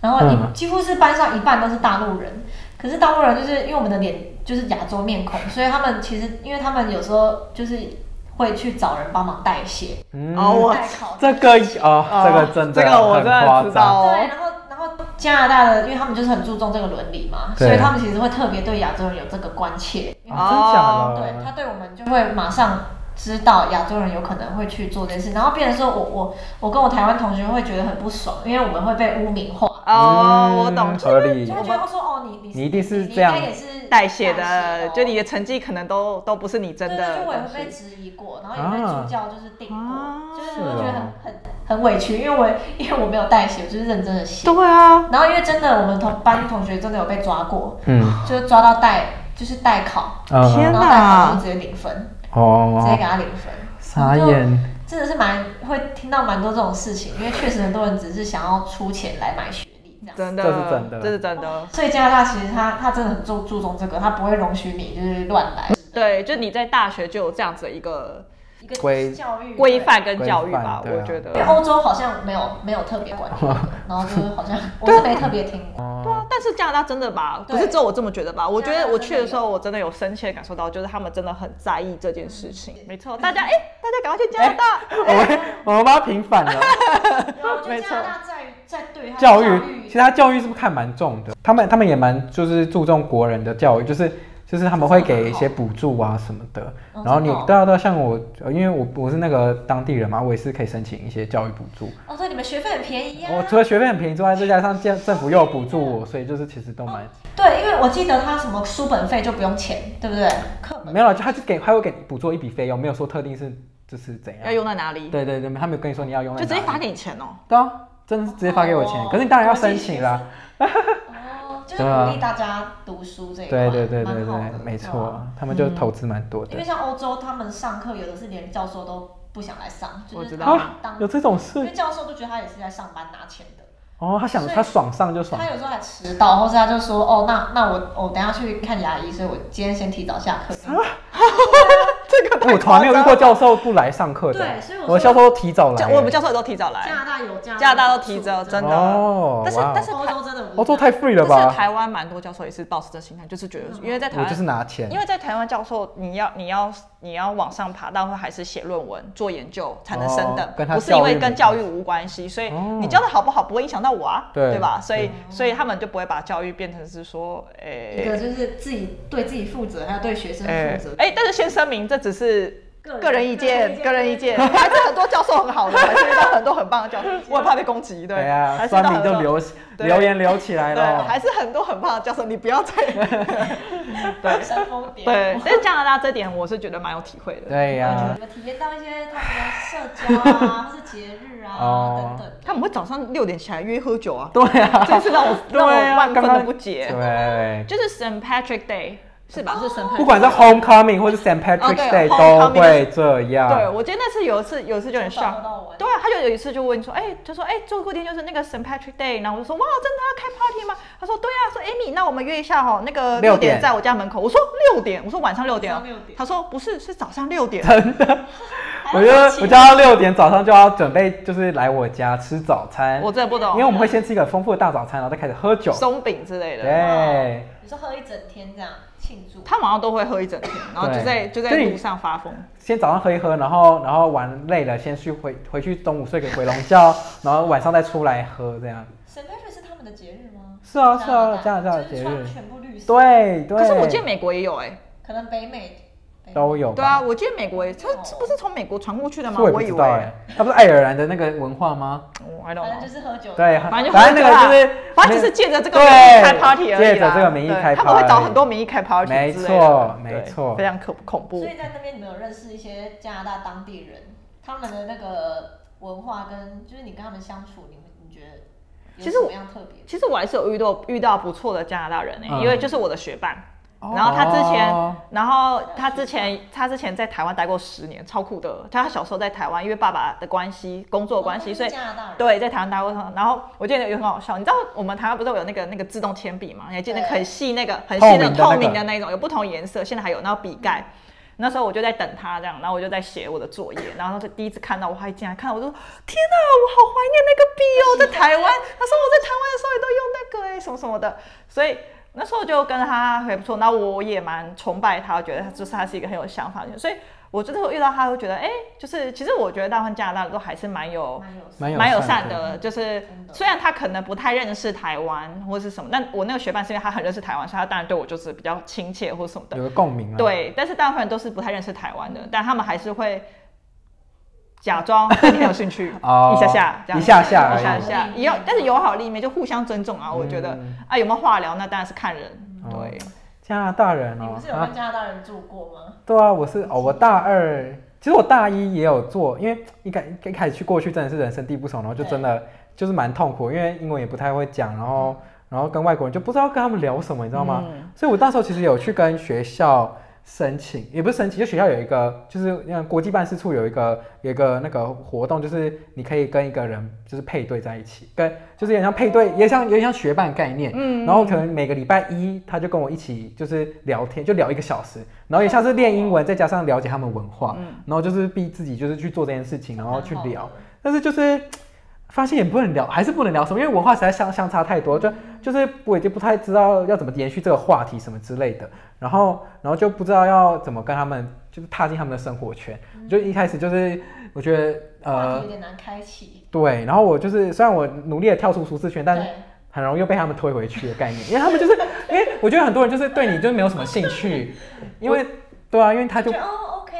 然后一、嗯几乎是班上一半都是大陆人，可是大陆人就是因为我们的脸就是亚洲面孔，所以他们其实因为他们有时候就是会去找人帮忙代写、嗯哦我代考这个哦，这个真的这个我真很的夸知张，道对，哦。然后然后加拿大的，因为他们就是很注重这个伦理嘛，对所以他们其实会特别对亚洲人有这个关切，因为哦啊，真对假他的？对我们就会马上知道亚洲人有可能会去做这件事，然后变成说我我我跟我台湾同学会觉得很不爽，因为我们会被污名化，哦，我嗯懂，合就理会。觉得说哦你你你一定是你这样你应该也是代写的，哦就你的成绩可能都都不是你真对的对，就我也东会被西。质疑过，然后也被助教就是定过，啊就是我是觉得很哦很很委屈，因为我因为我没有代写，我就是认真的写，对啊，然后因为真的我们同班同学真的有被抓过，嗯，就是抓到代就是代考，嗯天然后代考就直接零分，直接哦给，他零分。傻眼，真的是蛮会听到蛮多这种事情，因为确实很多人只是想要出钱来买学历这样。真的，这是真的这是真的。所以加拿大其实他他真的很注注重这个，他不会容许你就是乱来。对，就你在大学就有这样子的一个一个规教育规，范跟教育规吧范，对啊我觉得因为。欧洲好像没有没有特别管这个，然后就是好像我是没特别听过。哦对啊，但是加拿大真的吧，对不是只有我这么觉得吧？我觉加拿得大我去的时真的候，我真的有深切地感受到，就是他们真的很在意这件事情。嗯没错，大 家哎，大家赶快去加拿大。我们我们把它平反了。我觉得 没加错拿大在在对他的教育育，其实他教育是不是看蛮重的？他们他们也蛮就是注重国人的教育，就是就是他们会给一些补助啊什么的。哦然后你真的哦对啊对啊，像我，呃因为我我是那个当地人嘛，我也是可以申请一些教育补助。哦，对，你们学费很便宜呀、我除了学费很便宜之外，再加上政政府又有补助我，所以就是其实都蛮对，因为我记得他什么书本费就不用钱，对不对？课本没有了，就他就给他会给你补助一笔费用，没有说特定是就是怎要样。用在哪里？对对对，他没有跟你说你要用就直在接哪里发给你钱哦。对啊，真的是直接发给我钱，可是你当然要申请啦。哦，就是鼓励大家读书这一块，啊对对对对蛮好的对，没对错啊，他们就投资蛮多因的为。像欧洲，他们上课有的是连教授都不想来上，就我是知当道当，有这种因事为教授都觉得他也是在上班拿钱的，哦，他想所以他爽上就爽他，有时候还迟到，或是他就说哦，那那我我等一下去看牙医，所以我今天先提早下课。这个哎我从来没有遇过教授不来上课的，对所以我说我的教授都提早来教，欸，我们教授都提早来加，拿大有加哦加拿大都提早，真哦的。但是哇哦但是欧台洲真的欧洲太 free 了但是吧？台湾蛮多教授也是抱持这心态，就是觉得嗯因为在台我湾就是拿钱因，为在台湾教授，你要你要你要往上爬，但会还是写论文、做研究才能升等，哦跟他不是因为跟教教育育无关系，所以哦你教的好不好不会影响到我啊，对吧？所以所以他们就不会把教育变成是说，一诶、哎个就是自己对自己负责，还有对学生诶负责。哎诶，但是先声明，这只是个个人意见，个人意见，还是很多教授很好 的，还是遇到很多很棒的教授，我很怕被攻击，对，对啊，还是遇酸到民很就多，留对留言留起来对，了。还是很多很棒的教授，你不要 再，对煽风点对火，， 但是加拿大这点我是觉得蛮有体会的，对呀、嗯我觉得我体验到一些他们的社交 啊，或是节日啊、哦等等。他们会早上六点起来约喝酒啊， 对啊，这是让我 对让啊我万分刚的刚不解，对，就是 St. Patrick Day 是吧？是 St. Patrick 不管是 homecoming 或是 St. Patrick's 哦 Day、对都 homecoming 会这对，样。我记得那次有一次，有一次就很从早 shock 喝到晚。对啊，他就有一次就问说，哎、就说，哎、最后一天就是那个 St. Patrick Day，然后我就说，哇，真的要开 party 吗？他说，对啊，说 Amy，那我们约一下哈、那个六六点点在我家门口。我说六点，我说晚上六点哦晚上6点他说不是，是早上六 点。我觉得我就要六点早上就要准备，就是来我家吃早餐，我真的不懂，因为我们会先吃一个丰富的大早餐，然后再开始喝酒。松饼之类的，对，你说喝一整天这样庆祝，他晚上都会喝一整天，然后就对在就在所以路上发疯。先早上喝一喝，然后然后玩累了，先去回回去中午睡个回笼觉，然后晚上再出来喝这样。 St. Patrick 是他们的节日吗？是啊是啊，加加拿拿大大的节就是日穿，全部绿色。，对对。可是我记得美国也有哎、可能北美北美都有吧对啊，我记得美国也，他这不是从美国传过去的吗？这我也我不以知为道哎，它不是爱尔兰的那个文化吗？哦，I don't 反 know 正。就是喝酒。对，反正就反正那个喝就酒是啦，反正就是借着这个对名义开 party 而已啦借着这个名义对开他们会 party 找很多名义开 party，没之错类的没对错非常可恐怖所。以在那边你们有认识一些加拿大当地人，他们的那个文化跟就是你跟他们相处，你们你觉得有其什实我么样特别？其实我还是有遇到遇到不错的加拿大人呢、欸嗯因为就是我的学伴。然后他之前，哦然后他之前，他之前在台湾待过十年，超酷的。他小时候在台湾，因为爸爸的关系、工作的关系，哦所以加拿大人对在台湾待过。然后我记得有很好笑，你知道我们台湾不是有那个那个自动铅笔嘛？你还记得那个对很细那个很细透明的的那个透明的那一种，有不同颜色，现在还有，然后笔盖。那时候我就在等他这样，然后我就在写我的作业，然后他就第一次看到我，他一进来看到我就说：“天哪，我好怀念那个笔哦，在台湾。”他说我在台湾的时候也都用那个哎、什么什么的，所以那时候就跟他还不错。那我也蛮崇拜他，我觉得他就是他是一个很有想法的人，所以我真的会遇到他，会觉得哎、就是其实我觉得大部分加拿大人都还是蛮有蛮有蛮蛮友善善的，就是真的虽然他可能不太认识台湾或是什么，但我那个学伴是因为他很认识台湾，所以他当然对我就是比较亲切或什么的。有个共鸣啊。，对，但是大部分人都是不太认识台湾的，但他们还是会假装对你很有兴趣，哦一下下，这样一下下而一下已下，也有，嗯但是友好另一面就互相尊重啊，我觉得嗯啊，有没有话聊那当然是看人，哦对，加拿大人你哦不是，有啊跟，加拿大人住过吗？对啊，我是哦，我大二，其实我大一也有做，因为一开一开始去过去真的是人生地不熟，然后就真的嗯就是蛮痛苦，因为英文也不太会讲，然后然后跟外国人就不知道跟他们聊什么，你知道吗？嗯所以我那时候其实有去跟学校申请，也不是申请，就学校有一个，就是那个国际办事处有一个有一个那个活动，就是你可以跟一个人就是配对在一起，跟就是有点像配对，也像有点像学伴概念。嗯然后可能每个礼拜一他就跟我一起就是聊天，就聊一个小时，然后也像是练英文，再加上了解他们文化，嗯然后就是逼自己就是去做这件事情，然后去聊。但是就是发现也不能聊，还是不能聊什么，因为文化实在相相差太多，就就是我已经不太知道要怎么延续这个话题什么之类的，然后然后就不知道要怎么跟他们就是踏进他们的生活圈，就一开始就是我觉得嗯话题呃有点难开启。对，然后我就是虽然我努力的跳出舒适圈，但对很容易又被他们推回去的概念，因为他们就是因为我觉得很多人就是对你就是没有什么兴趣，因为对啊，因为他就觉得哦，OK，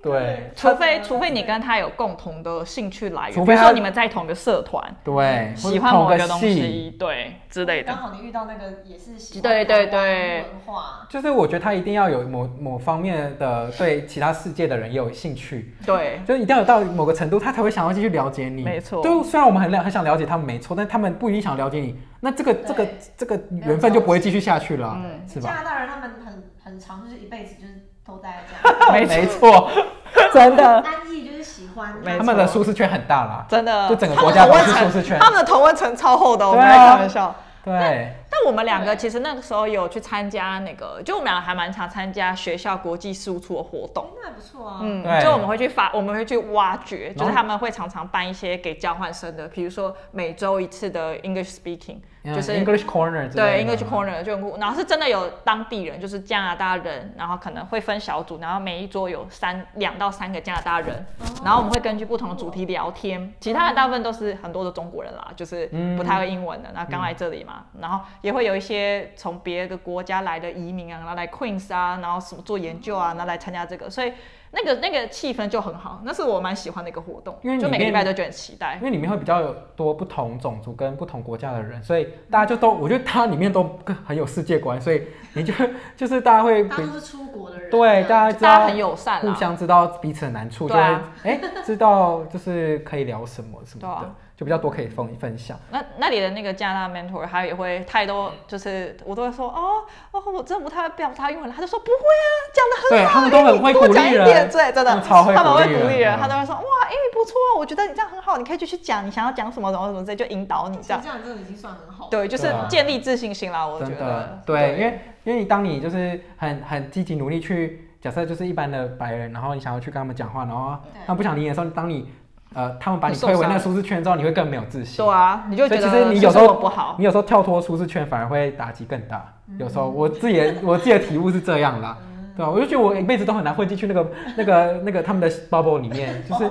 对除非除非你跟他有共同的兴趣来源，除比非如他说你们在同一个社团，对嗯喜欢或某者一同个东个系。西，对之类的哦刚。好你遇到那个也是喜欢对对台湾对文化，就是我觉得他一定要有某某方面的对其他世界的人也有兴趣，对，就是一定要有到某个程度，他才会想要继续了解你。没错就虽然我们很了很想了解他们，没错，但他们不一定想了解你，那这个这个对这个缘分就不会继续下去了啊，嗯是加吧？拿大人他们很很长，就是一辈子就是都待在 这样，没没错， 真的，安逸就是喜欢没他错们的舒适圈很大啦，真的，就整个他国们家同都温是舒层，适圈。他们的同温层超厚的，我们对啊来开玩笑。对，但我们两个其实那个时候有去参加那个，就我们两个还蛮常参加学校国际事务处的活动。那还不错啊。嗯对，就我们会去发，我们会去挖掘，就然是后他们会常常办一些给交换生的，比如说每周一次的 English speaking，嗯就是 English Corner 之对类的 English corner 就很酷。然后是真的有当地人，就是加拿大人，然后可能会分小组，然后每一桌有三两到三个加拿大人，然后我们会根据不同的主题聊天。其他的大部分都是很多的中国人啦，就是嗯不太会英文的，那刚来这里嘛，然后也会有一些从别的国家来的移民啊，然后来 Queens 啊，然后什么做研究啊，然后来参加这个，所以。那个那个气氛就很好，那是我蛮喜欢的一个活动，因为就里每个礼面拜都觉得很期待因。为里面会比较有多不同种族跟不同国家的人，所以大家就都，我觉得它里面都很有世界观，所以你就就是大家会大比家都是出国的人，啊对大家知大家道很友善互啦，相知道彼此的难处，就对会哎、啊知道就是可以聊什么什么对的，啊就比较多可以分分享。那那里的那个加拿大 mentor，他也会太多，就是我都会说哦哦，我真的不太会表达英文了，他就说不会啊，讲对的很好，他们都很会鼓多讲励一人点，对，真他的们，超会他们会鼓励鼓人励人，嗯他都会说哇，哎、不错，我觉得你这样很好，你可以继续讲，你想要讲什么，然后什么之类，就引导你其这实样这。样真的已经算很好了。对，就是对啊建立自信心啦，我觉真得的。，对，因为因为你当你就是很很积极努力去，假设就是一般的白人，然后你想要去跟他们讲话，然后他们不想理嗯你的时候，当你呃他们把你会受推回伤那个舒适圈之后，你会更没有自信。对啊，你就所觉得以其实你是有时候我不好，你有时候跳脱舒适圈反而会打击更大。嗯有时候我自己 的我自己的体悟是这样啦，对啊，我就觉得我一辈子都很难混进去那个那个那个他们的 bubble 里面，哦就是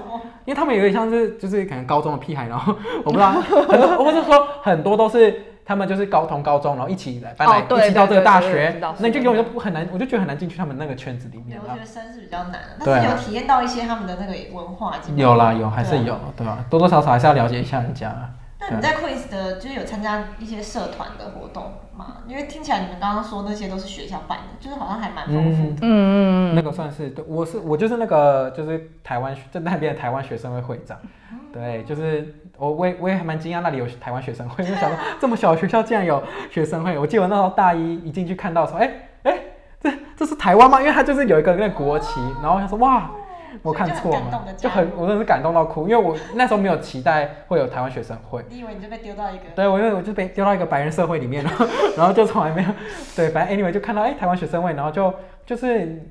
因为他们有点像是就是可能高中的屁孩，然后我不知道很多，或者说很多都是。他们就是高同高中，然后一起来搬来、哦对一起到这个大对对对对学知道，那你就永远都不很难，我就觉得很难进去他们那个圈子里面留啦。学生是比较难的，啊对但是啊有体验到一些他们的那个文化。已经有啦，有还是对啊有，对吧、多多少少还是要了解一下人家。那你在 Quiz 的，就是有参加一些社团的活动吗？因为听起来你们刚刚说那些都是学校办的，就是好像还蛮丰富的。嗯嗯那个算是对，我是我就是那个就是台湾学在那边的台湾学生会会长，哦对，就是我我也我也还蛮惊讶那里有台湾学生会，因为想说这么小的学校竟然有学生会。我记得我那时候大一一进去看到说，哎、哎、这这是台湾吗？因为它就是有一个那个国旗，然后我想说哇，我看错哦所以就很感动吗地？加就入很我真的是感动到哭，因为我那时候没有期待会有台湾学生会。你以为你就被丢到一个？对，我因为我就被丢到一个白人社会里面，然后 然后就从来没有对，反正 anyway 就看到哎、台湾学生会，然后就就是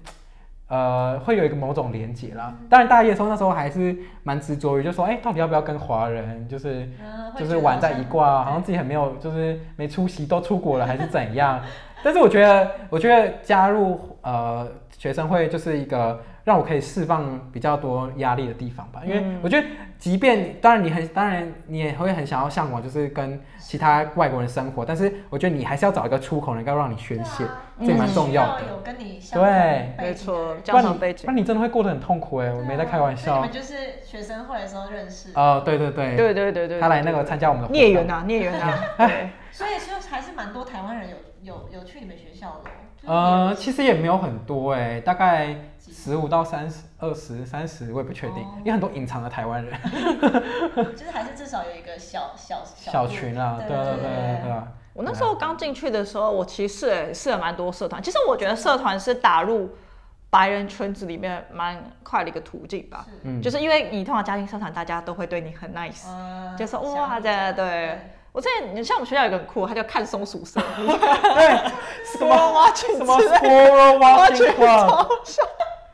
呃会有一个某种连结啦。当然大一的时候那时候还是蛮执着于就说哎、到底要不要跟华人就是嗯，会就觉是得玩好在像一挂，啊好像自己很没有就是没出息，都出国了还是怎样。 但是我觉得我觉得加入呃学生会就是一个让我可以释放比较多压力的地方吧，因为我觉得。即便当然你很当然你也会很想要向往，就是跟其他外国人生活，但是我觉得你还是要找一个出口，能够让你啊宣泄，这也蛮重要的需。有跟嗯你相同对背景的人没错不然交你通背景不然你真的会过得很痛苦哎、我没在开玩所以笑你。们就是学生会的时候认识，哦，对对对，对对对对，他来那个参加我们的活动孽缘，啊呐，孽缘 呐，对。所以说还是蛮多台湾人有有有去你们学校的哦。就是呃，有其实也没有很多哎、大概几十五到三十、二十、三十，我也不确定，哦因为很多隐藏的台湾人就是还是至少有一个小小 小部群啊，对对对对对对对啊。我那时候刚进去的时候，我其实试了试了蛮多社团。其实我觉得社团是打入白人圈子里面蛮快的一个途径吧，是嗯就是因为你通常家庭社团，大家都会对你很 nice。嗯就是哇相这比对我之前，你像我们学校有一个很酷，他叫看松鼠 社，对什么挖群 什么啊之类 squirrel 挖 watching 掘 club， 超笑。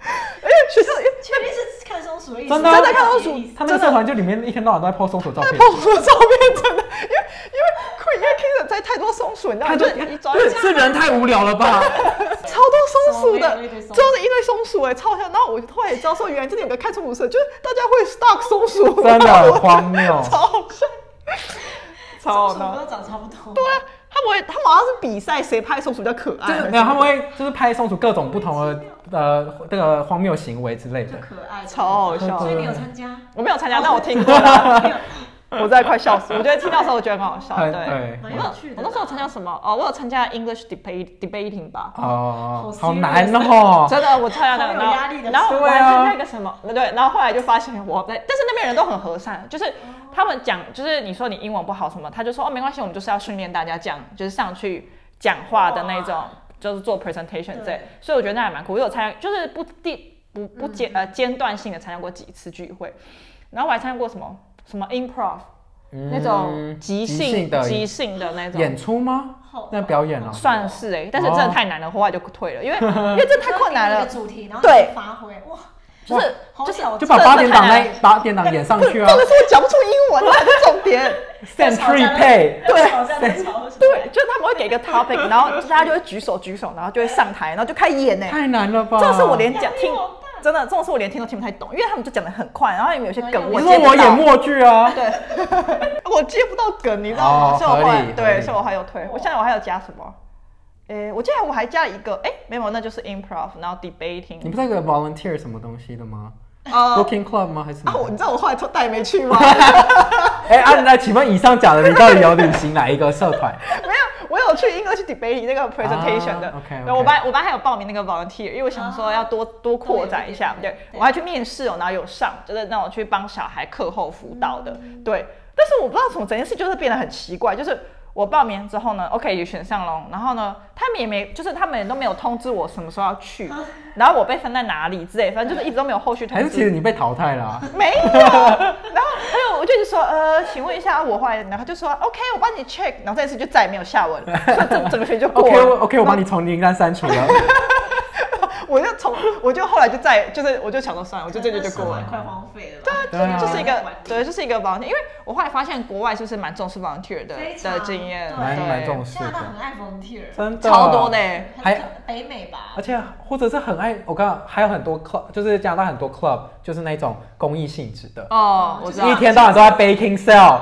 哎，学校哎确定是看松鼠的意思，真的啊真的看松鼠的意思他那个社团就里面一天到晚都在 po 松鼠照片，碰鼠照片真的，因为因为酷，因为 Kinder 在太多松鼠，你知道吗？他就就是一抓对一抓这人太无聊了吧？超多松鼠的怎么会有一堆，松鼠就是一堆松鼠哎、超像。然后我后来也知道说，原来这里有个看松鼠社，就是大家会 stock 松鼠， 真的很荒 。谬超好笑，超松哦好鼠笑。都长差不多，对啊，他们会，他们好像是比赛谁拍松鼠比较可就爱，是没有，他们会就是拍松鼠各种不同的呃这个荒谬行为之类就的。可爱，超好笑所以你有参加？我没有参加，但我听过，没有 我在快笑死。我觉得听到的时候我觉得很好笑，很对。对嗯蛮我那有我趣的。那时候参加什么？哦，我有参加 English debate debating 吧，哦，好好 serious 难哦。真的，我参加那个，好有然后压力的然后我对还啊参加一个什么，对，然后后来就发现我在，但是那边人都很和善，就是哦他们讲，就是你说你英文不好什么，他就说哦没关系，我们就是要训练大家讲，就是上去讲话的那种哇，就是做 presentation 这哦对，所以我觉得那还蛮酷。我有参加，就是不第不不嗯间呃间断性的参加过几次聚会，然后我还参加过什么什么 improv 嗯那种即兴的即兴的那种演。出吗？好那表演哦算是哎、但是真的哦太难了，后来就退了，因为因为这太困难 然后了你有一个，主题，然后对你发挥，哇，就是好就是挑就战把这八点档这太难那八点档演上去啊重点是我讲不出英文，啊 这才是重点。 ，stand tree pay，对，吵架在吵什么对，就是他们会给一个 topic，然后大家就会举手举手，然后就会上台，然后就开始演呢、太难了吧？这种是我连讲压力听好大，真的这种是我连听都听不太懂，因为他们就讲的很快，然后有些梗你我接说不我演到，默剧啊？我接不到梗，你知道吗？哦所以我后合来理合对，理所以我还有退。我想想我还有加什么？诶，我记得我还加了一个，诶，没有，那就是 improv，然后你 debating，不是有个 volunteer 什么东西的吗呃， ？Working Club 吗？还是什啊，我你么？知道我后来都带没去吗？哎，啊，那请问以上讲的，你到底有旅行哪一个社团？ 没有，我有去 English debate 那个 presentation 的。啊，OK，OK 对我本来我本来还有报名那个 volunteer，因为我想说要多、多扩展一下。多有一点对对对我还去面试哦，然后有上，就是让我去帮小孩课后辅导的。对，但是我不知道怎么整件事就是变得很奇怪，就是。我报名之后呢，OK 也选上了，然后呢，他们也没，就是他们也都没有通知我什么时候要去，然后我被分在哪里之类，反正就是一直都没有后续通还知。是其实你被淘汰 了啊？没有。然后还有我就一直说，呃，请问一下我后来，然后他就说 OK，我帮你 check，然后这次就再也没有下 文了，所以整整个学期就过 OK 了。我 OK，我把你从名单删 除了。我就从我就后来就再就是我就想说算了，我就这个就就 过了。快荒废了吧。对啊就是一个对，就是一个 volunteer，因为我后来发现国外就是蛮重视 volunteer 的非常的经验，对蛮对蛮重视加拿大的，很爱 volunteer，真的超多的欸。还还北美吧而？且或者是很爱，我刚刚还有很多 club，就是加拿大很多 club 就是那种公益性质的，哦，我知道啊一。天到晚都在 baking sale，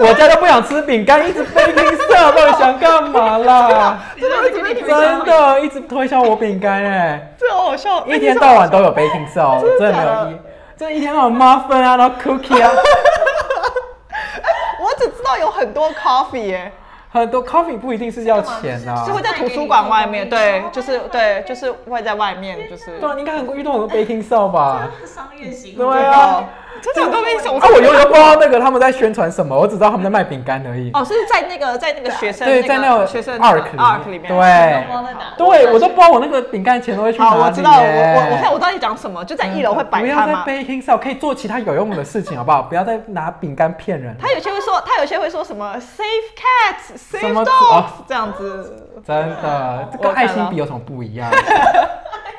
我家都不想吃饼干，一直 baking sale，到底想干嘛啦？真的是给你真的一直推销我饼干哎，这好好笑，一天到晚都有 baking sale，真的真的假没的有一，真的一天到晚 muffin 啊，然后 cookie 啊，我只知道有很多 coffee 耶、很多 coffee 不一定是要钱干嘛这就啊是会在图书馆外面，对，就是对，就是会在外面，就是对啊，你应该很遇到很多 baking sale 吧？商业行为。啊对啊哦。，真的有多明显，我啊，我永远不知道那个他们在宣传什么，我只知道他们在卖饼干而已。哦，是在那个在那个学生对，在那个个学生 arc 里 arc 里面，我不知道对，在哪对我都不知道我那个饼干钱都会去哪好，里。我知道，我我我看我到底讲什么，就在一楼会摆不要摊再嘛。 baking sale，可以做其他有用的事情，好不好？不要再拿饼干骗人了。他有些会说，他有些会说什么 save cats, 什 save 么 dogs 哦这样子。真的，这跟我看爱心了笔有什么不一样？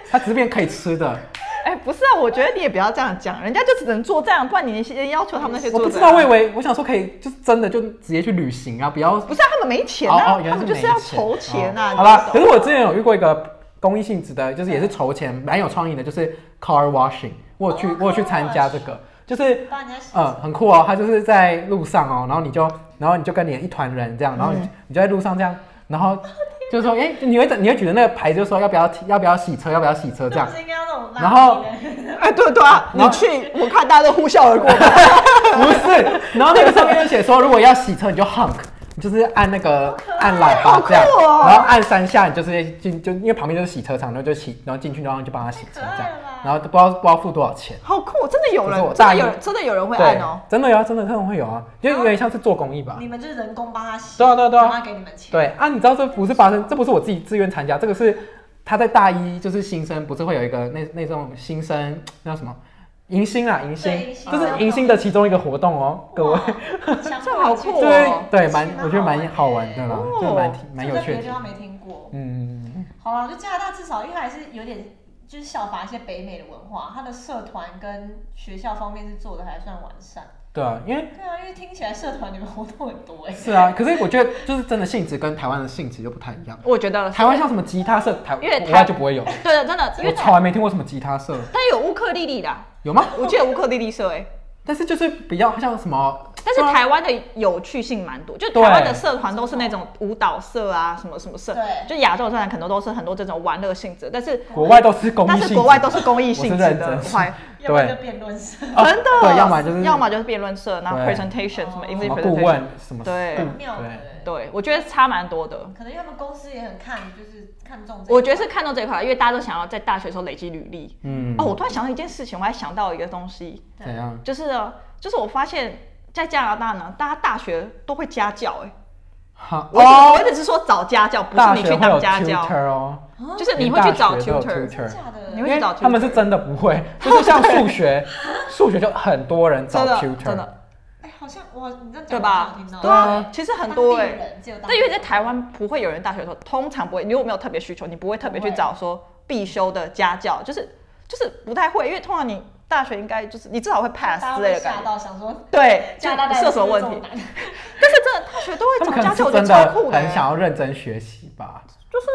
它只是变可以吃的， 哎，不是啊，我觉得你也不要这样讲，人家就只能做这样，不然你要求他们那些我做不这知样道，我以为我想说可以，就是真的就直接去旅行啊，不要不是啊，他们没钱哦啊哦，原来他们就是要筹钱啊。哦好啦，你懂可是我之前有遇过一个公益性质的，就是也是筹钱，蛮有创意的，就是 car washing。我有去哦我有去 car 参加这个，就是帮人家洗嗯很酷哦，它就是在路上哦，然后你就然后你就跟你的一团人这样，然后嗯你你就在路上这样，然后就是说哎、你会你会举着那个牌，就说要不要要不要洗车，要不要洗车这样 那不，是应该要那种拉然后力的哎，对对啊，你然后去，我看大家都呼啸而 过。不是，然后那个上面就写说，如果要洗车，你就 honk，你就是按那个按喇叭这样，好酷哦然后按三下，你就是进就因为旁边就是洗车场，然后就洗，然后进去然后就帮他洗车这太样 可哦爱了吧，然后不知道不知道付多少钱。好酷！真的有可是人，我真大的一有人，真的有人会按对哦。，真的有啊，真的真的会有啊，就有点像是做公益吧你。们就是人工帮他洗，对啊对啊对啊帮他给你们钱。对啊，你知道这不是发生，这不是我自己自愿参加，这个是他在大一就是新生，不是会有一个那那种新生那叫什么迎新啊对迎新迎，新这是迎新的其中一个活动哦，各位 哇。，这这好酷哦其对对，实蛮蛮我觉得蛮好好玩玩的的啦哦，就蛮挺蛮有这在趣别的地的体方验。没听过。嗯，嗯嗯好了，就加拿大至少因为还是有点就是效法一些北美的文化，它的社团跟学校方面是做的还算完善。对啊，因为对啊，因为听起来社团你们活动很多哎、 是啊，可是我觉得就是真的性质跟台湾的性质就不太一样。我觉得台湾像什么吉他社，台因为国台外就不会有，对的，真的，因我为从来没听过什么吉他社，它有乌克丽丽的，啊有吗？我记得乌克丽丽社哎、但是就是比较像什么，但是对啊台湾的有趣性蛮多，就台对湾的社团都是那种舞蹈社啊，什么什么社对，就亚洲的社团可能都是很多这种玩乐性质，但是啊国外都是公益但性质，是国外都是公益性质我是认的真，快 要不然就辩论社。哦真的，对，要么就是要么就是辩论社，然后对 presentation 什么什 English 么顾 presentation，问什么对顾很妙的对。欸，对我觉得差蛮多的。可能因为他们公司也很看，就是看重这一我觉得块是看到这一块，因为大家都想要在大学的时候累积履历。嗯哦，我突然想到一件事情，我还想到一个东西，怎样？就是呢就是我发现，在加拿大呢，大家大学都会家教、哎，好我只、我只是说找家教，不是哦大你学去会当有家教， tutor 哦，就是你会去找连大学都有 tutor，真假的，你因会去为找 tutor，他们是真的不会，就 是像数学，数学就很多人找真的 tutor，真的哎、好像我你这样讲对我吧好像听？到对啊，其实很多哎、当地人只有当但地因为在人台湾不会有人大学的时候，通常不会，如果没有特别需求，你不会特别不会去找说必修的家教，就是就是不太会，因为通常你大学应该就是你至少会 pass 大家之类会的感吓觉。到，想说对，就加拿大是有什么问题？题？但是真的大学都会他找们可家教，能是我觉真得的超酷的、欸很想要认真学习吧。就是，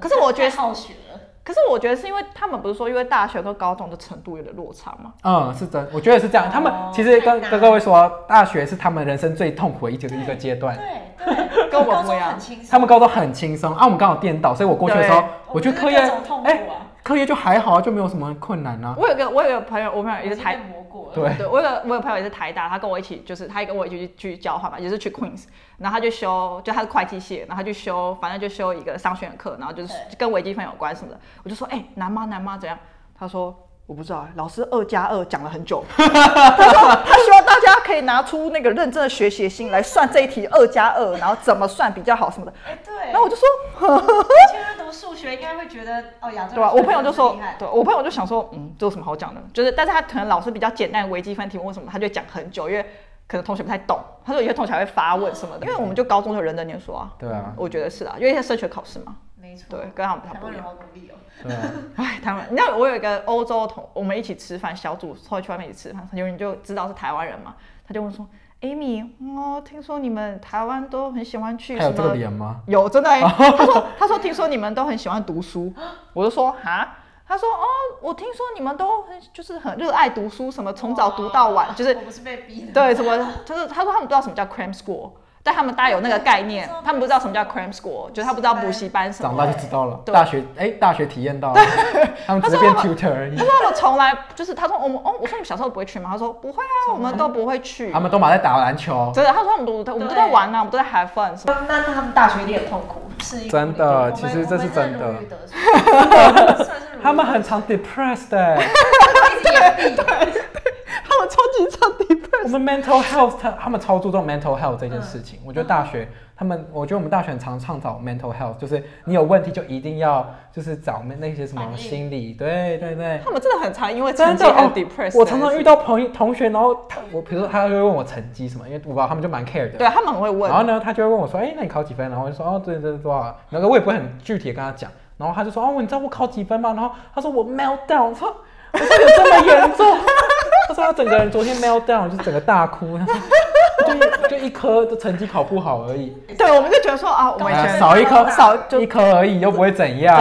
可是我觉太得，好学了， 可是我觉得是因为他们不是说，因为大学跟高中的程度有点落差嘛。嗯，是真，我觉得是这样。他们哦其实太跟难跟各位说，大学是他们人生最痛苦的一个一个阶段。对对跟我高们不中一样很。轻松， 他们高中很轻松啊，我们刚好颠倒，所以我过去的时候对，我觉得我课们业就是各种痛苦啊哎课业就还好啊，就没有什么困难 啊。我有个我有个朋友，我朋友也是台我已经被磨过了，对，对，我有个我有朋友也是台大，他跟我一起，就是他也跟我一起去去交换嘛，也是嗯去 Queens，然后他就修，就他是会计系，然后他就修，反正就修一个商学院课，然后就是对跟微积分有关什么的。我就说，哎、难吗难吗怎样？他说我不知道，老师二加二讲了很 久，他说他希望大家可以拿出那个认真的学习的心来算这一题二加二，然后怎么算比较好什么的。哎对，然后我就说，以前读数学应该会觉得哦亚洲人对吧？我朋友就说很厉害，对我朋友就想说，嗯，这有什么好讲的？就是，但是他可能老师比较简单的微积分题目，为什么他就讲很久？因为可能同学不太懂，他说有些同学还会发问什么的。因为我们就高中就有人人念书啊，对啊，我觉得是啊，因为一些升学考试嘛，没错，对，跟他们他台不湾一人样。好努力哦，对 啊，哎，台湾，你知道我有一个欧洲同，我们一起吃饭，小组凑一圈一起吃饭，有人就知道是台湾人嘛，他就问说，Amy，哦，听说你们台湾都很喜欢去还有什这个么脸吗？有真的、 欸，他说他说听说你们都很喜欢读 书，我就说哈，他说哦，我听说你们都很就是很热爱读书，什么从早读到晚，就是我们是被逼的，对什么，就是他说他们不知道什么叫 cram school，但他们大家有那个概念，他们不知道什么叫 cram school，就是他不知道补习班什长么大的。就知道了。对大学哎，大学体验到了， 他们只是变 tutor 而已他。说他们从来就是他说我们哦，我说你们小时候不会去吗？他说不会啊，我们都不会去他。们都马在打篮球，真的，他说我们都我们都在玩啊，我们都在 have fun 什么。那他们大学一定很痛苦，是真的其实这是真的的，算是 他们很常 depressed 哎、一直延毕，他们超级超级笨。我们 mental health，他他们超注重 mental health 这件事情。我觉得大学他们，我觉得我们大学很常倡导 mental health，就是你有问题就一定要就是找那那些什么反应心理，对对对。他们真的很常因为成真绩的很哦 depressed。我常常遇到朋友同学，然后他我比如说他就会问我成绩什么，因为我不知道他们就蛮 care 的。对他们很会问然。后呢，他就会问我说：“哎、那你考几分？”然后我就说：“哦，对对对，多少？”然后我也不会很具体的跟他讲。然后他就说：“哦，你知道我考几分吗？”然后他说：“哦我 meltdown。”我说：“我说有这么严重？”他说：“他整个人昨天 meltdown，就是整个大哭。” 他说：“就一就一科的成绩考不好而已，对，我们就觉得说啊，我们以哎呀前少一科少就一科而已，又不会怎样。”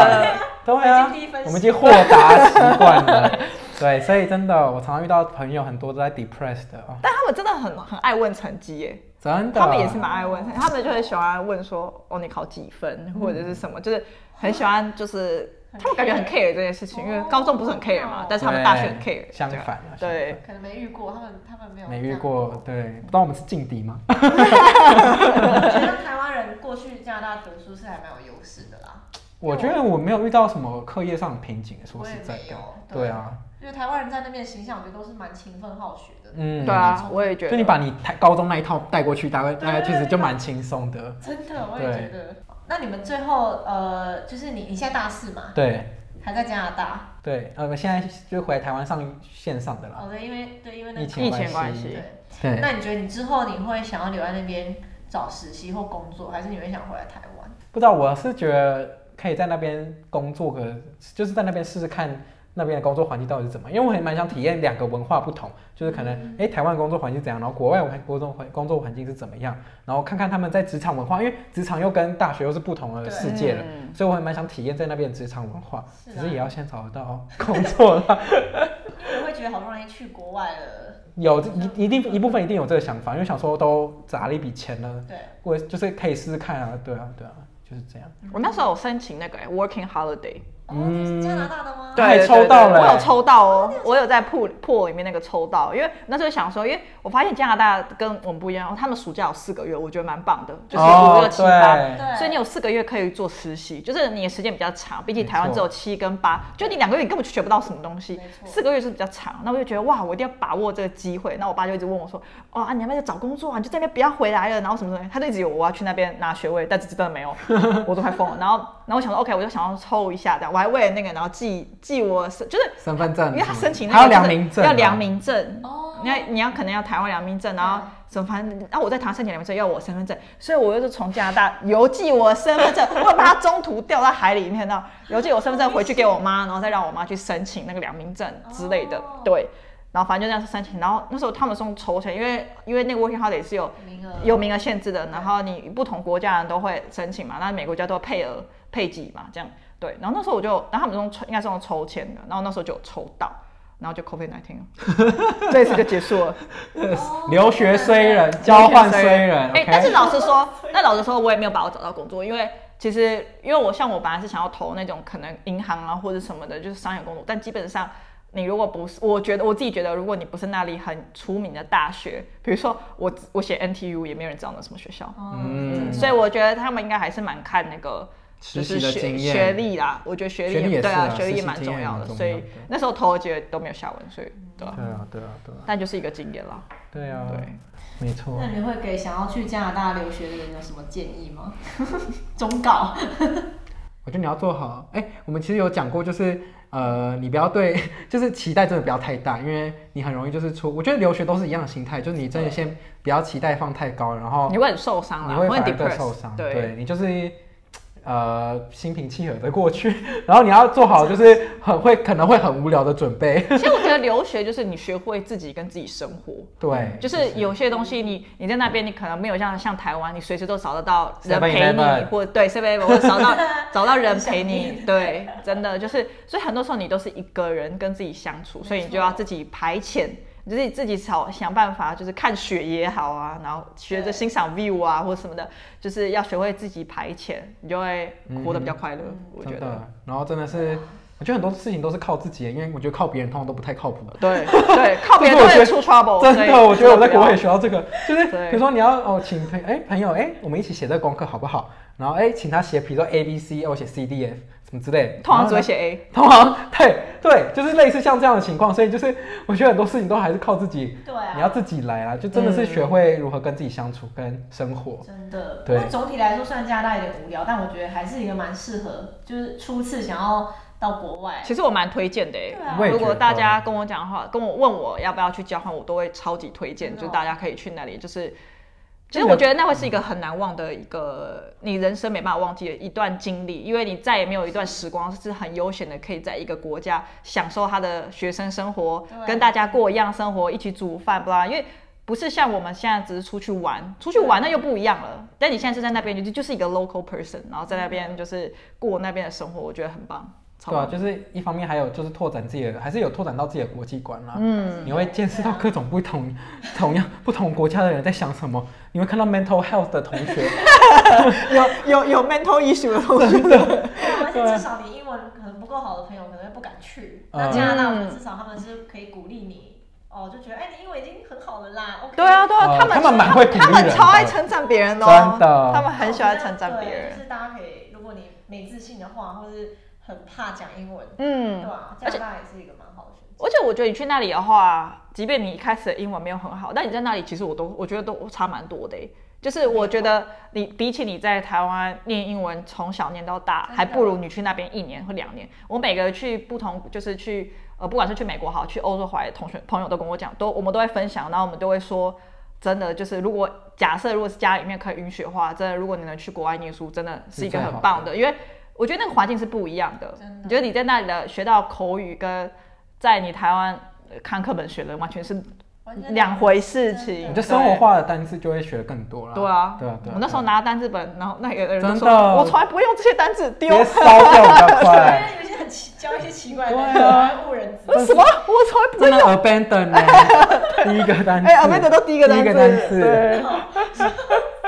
对我啊们已经低分，我们已经豁达习惯了。 对，所以真的，我常常遇到朋友很多都在 depressed 的哦，但他们真的很很爱问成绩耶，真的。他们也是蛮爱问成绩，他们就很喜欢问说哦你考几分或者是什么，就是很喜欢就是他们感觉很 care 这件事情，因为高中不是很 care 嘛哦，但是他们大学很对 care，哦相这样反啊对。可能没遇过，他们他们没有没遇过，对，不知道我们是劲敌吗？这样。我觉得台湾人过去加拿大读书是还蛮有优势的啦，我觉得我没有遇到什么课业上的瓶颈，说实在我也没的有，对啊，因为台湾人在那边的形象，我觉得都是蛮勤奋好学的，嗯，对啊，我也觉就你得。把你太高中那一套带过去，大概大概对其实就蛮轻松的，真的我也觉得。那你们最后呃，就是你你现在大四嘛，对还在加拿大？对，呃，我现在就回来台湾上线上的啦，哦对，因为对因为那疫个情疫情关关系对，对，那你觉得你之后你会想要留在那边找实习或工作，还是你会想回来台湾？不知道我是觉得可以在那边工作个，就是在那边试试看。那边的工作环境到底是怎么？因为我还蛮想体验两个文化不同，就是可能嗯哎、诶台湾工作环境怎样，然后国外工作环工作环境是怎么样，然后看看他们在职场文化，因为职场又跟大学又是不同的对世界了，嗯所以我还蛮想体验在那边的职场文化，是啊只是也要先找得到工作 啦。因为你会觉得好不容易去国外了，有一一定一部分一定有这个想法，因为想说都砸了一笔钱了，对，我就是可以试试看啊，对啊对啊，就是这样。我那时候有申请那个欸 working holiday，哦，你是加拿大的吗？嗯对还抽到对了对对我有抽到哦，我有在破破里面那个抽到，因为那时候想说，因为我发现加拿大跟我们不一样，哦他们暑假有四个月，我觉得蛮棒的，就是五哦六七八，对对，所以你有四个月可以做实习，就是你的时间比较长，比起台湾没只错有七跟八，就你两个月你根本就学不到什么东西没，错四个月是比较长。那我就觉得哇，我一定要把握这个机会。那我爸就一直问我说，哦啊，你要不要去找工作啊？你就在那边不要回来了，然后什么什么，他就一直有我要去那边拿学位，但是真的没 有，我都快疯了。然后然后我想说 OK，我就想要抽一下这样，我还为了那个然后寄寄我是就是身份证什么的，因为他申请那个还要就良是民证啊，要良民证。哦，你要你要可能要台湾良民证，然后什么反正，啊然后我在台湾申请良民证要我身份证，所以我又是从加拿大邮寄我身份证，我把它中途掉到海里面呢，邮寄我身份证回去给我妈，然后再让我妈去申请那个良民证之类的哦，对，然后反正就这样申请，然后那时候他们送抽签，因为因为那个 working holiday 是有名额有名额限制的，然后你不同国家人都会申请嘛，那每个国家都会配额配给嘛，这样对。然后那时候我就，然后他们是用抽应该是用抽签的，然后那时候就有抽到，然后就 COVID nineteen，这一次就结束了。哦 留学虽人，交换虽人哎、 ，OK，但是老实说，那老实说，我也没有把我找到工作，因为其实因为我像我本来是想要投那种可能银行啊或者什么的，就是商业工作，但基本上你如果不是，我觉得我自己觉得，如果你不是那里很出名的大学，比如说我我写 NTU 也没有人知道那什么学校，嗯，所以我觉得他们应该还是蛮看那个。就是实习的学经学验，历啦，我觉得学学历历也对是啊，啊学历实也习蛮经验重也要蛮的，重所要以的那时候投我觉得都没有下文，所以对啊，对啊，对啊，对啊，但就是一个经验啦。对啊，对，没错那。你会给想要去加拿大留学的人有什么建议吗？ 忠告。我觉得你要做好，哎、我们其实有讲过，就是呃，你不要对， 就是期待真的不要太大，因为你很容易就是出。我觉得留学都是一样的心态，就是你真的先不要期待放太高，然后你会很受伤哦你啦，会很反而 depressed，更受伤。对， 你就是呃心平气和的过去， 然后你要做好就是很会可能会很无聊的准备。其实我觉得留学就是你学会自己跟自己生活，对，就是有些东西你你在那边你可能没有像像台湾，你随时都找得到人 7-Eleven 陪你，或对 C B 或者找到找到人陪很想你，对，真的就是，所以很多时候你都是一个人跟自己相处，所以你就要自己排遣。你自己自己找想办法，就是看雪也好啊，然后学着对欣赏 view 啊，或者什么的，就是要学会自己排遣，你就会活得比较快乐。我觉嗯真得，的，然后真的是，我觉得很多事情都是靠自己，因为我觉得靠别人通常都不太靠谱。对对，靠别人这都是我觉会得出 trouble 所以。 真的，我觉得我在不要国外也学到这个，就是哦对比如说你要哦，请朋哎朋友哎，我们一起写这个功课好不好？然后哎，请他写，比如说 A B C，我写哦 C D F 什么之类的，通常然后只会呢写 A。通常对对，就是类似像这样的情况，所以就是我觉得很多事情都还是靠自己，对啊你要自己来啊，就真的嗯是学会如何跟自己相处跟生活。真的，对那总体来说，虽然加拿大有点无聊，但我觉得还是一个蛮适合，就是初次想要到国外。其实我蛮推荐的欸哎对啊我也如觉果得大家跟我讲的话，跟我问我要不要去交换，我都会超级推荐，真的就哦是大家可以去那里，就是。其真的实我觉得那会是一个很难忘的一个你人生没办法忘记的一段经历，因为你再也没有一段时光是很悠闲的，可以在一个国家享受他的学生生活，对跟大家过一样生活，一起煮饭，不啦，因为不是像我们现在只是出去玩，出去玩那又不一样了。但你现在是在那边，你就就是一个 local person，然后在那边就是过那边的生活，我觉得很棒，超对棒啊，。就是一方面还有就是拓展自己的，还是有拓展到自己的国际观啦。嗯，你会见识到各种不同、 同样不同国家的人在想什么，你会看到 mental health 的同学， 有有有 mental issue 的东西，啊而且至少你英文可能不够好的朋友可能会不敢去，啊嗯那加拿大我们至少他们是可以鼓励你，哦，就觉得哎、你英文已经很好了啦，OK。对啊，对啊，呃他们他们蛮会鼓励他们人超爱的称赞别人的、真的他们很喜欢称赞别哦对就人。是大家可以，如果你没自信的话，或是很怕讲英文，对嗯，吧、加而拿且大也是一个蛮好的选择。而且我觉得你去那里的话，即便你一开始的英文没有很好，但你在那里其实我都我觉得都差蛮多的欸、就是我觉得你比起你在台湾念英文从小念到大，真的还不如你去那边一年或两年。我每个去不同就是去呃，不管是去美国好，去欧洲回来的同学朋友都跟我讲，都我们都会分享，然后我们都会说。真的就是，如果假设如果是家里面可以允许的话，真的如果你能去国外念书，真的是一个是最很好棒的，因为我觉得那个环境是不一样的真的。你觉得你在那里的学到口语跟在你台湾呃看课本学的完全是完全两回事情，真你的对就生活。化的单词就会学得更多啦。对啊，对啊，对啊。我那时候对啊拿单字本，然后那有的人都真的说，我从来不会用这些单字，丢直接烧掉比较因为快，有一些很奇教一些奇怪的对啊东西，然后误人子弟。 什么？我从来不会真的用。 abandon 呢，第一个单词，哎，阿妹的都第一个单第字，一个单词对，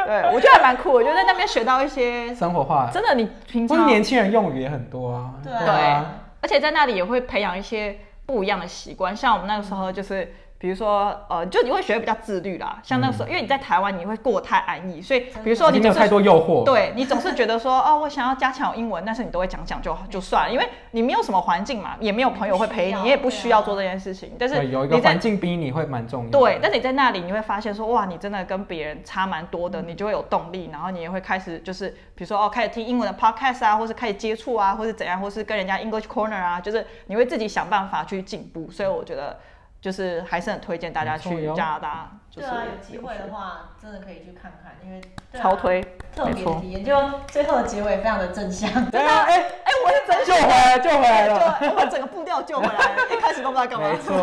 对，我觉得还蛮酷的，我就在那边学到一些生活化，真的你平不是常年轻人用语也很多啊。对啊啊，而且在那里也会培养一些不一样的习惯，像我们那个时候就是。比如说，呃，就你会学得比较自律嗯啦。像那个时候，因为你在台湾，你会过得太安逸，所以比如说你你没总有是太多诱惑。对你总是觉得说，哦，我想要加强英文，但是你都会讲讲就好就算了，因为你没有什么环境嘛，也没有朋友会不需陪你，要你也不需要对啊做这件事情。但是对，有一个你在环境逼你会蛮重要的。对，但是你在那里，你会发现说，哇，你真的跟别人差蛮多嗯的，你就会有动力，然后你也会开始就是，比如说哦，开始听英文的 podcast 啊，或是开始接触啊，或是怎样，或是跟人家 English corner 啊，就是你会自己想办法去进步。所以我觉得，就是还是很推荐大家没错去哟加拿大，就对是啊，有机会留的学话，真的可以去看看，因为对啊超推。特没别错体验，就最后的结尾非常的正 向。对啊，哎哎、我是真救回来，救回来就了，我把整个步调救回来了，一开始都不知道干嘛没。错。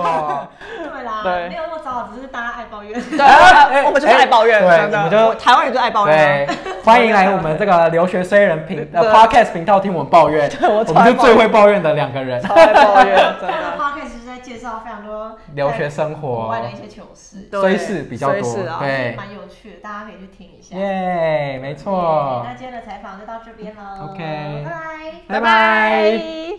对啦，对没有那么糟，只是大家爱抱怨。对，啊我我们就是哎爱抱怨，对真我的，们就我台湾人就爱抱怨对啊。，欢迎来我们这个留学虽人频呃对 podcast 频道听我们抱怨，我我超们爱就最抱哎会抱怨的两个 人。超爱抱怨，真他 的。的 podcast 就是在介绍非常多留学生在国活外的一些糗事，虽是比较虽多是，啊对，蛮有趣的，大家可以去听一下。耶，没错那，今天的采访就到这边喽 OK 拜拜。拜拜。拜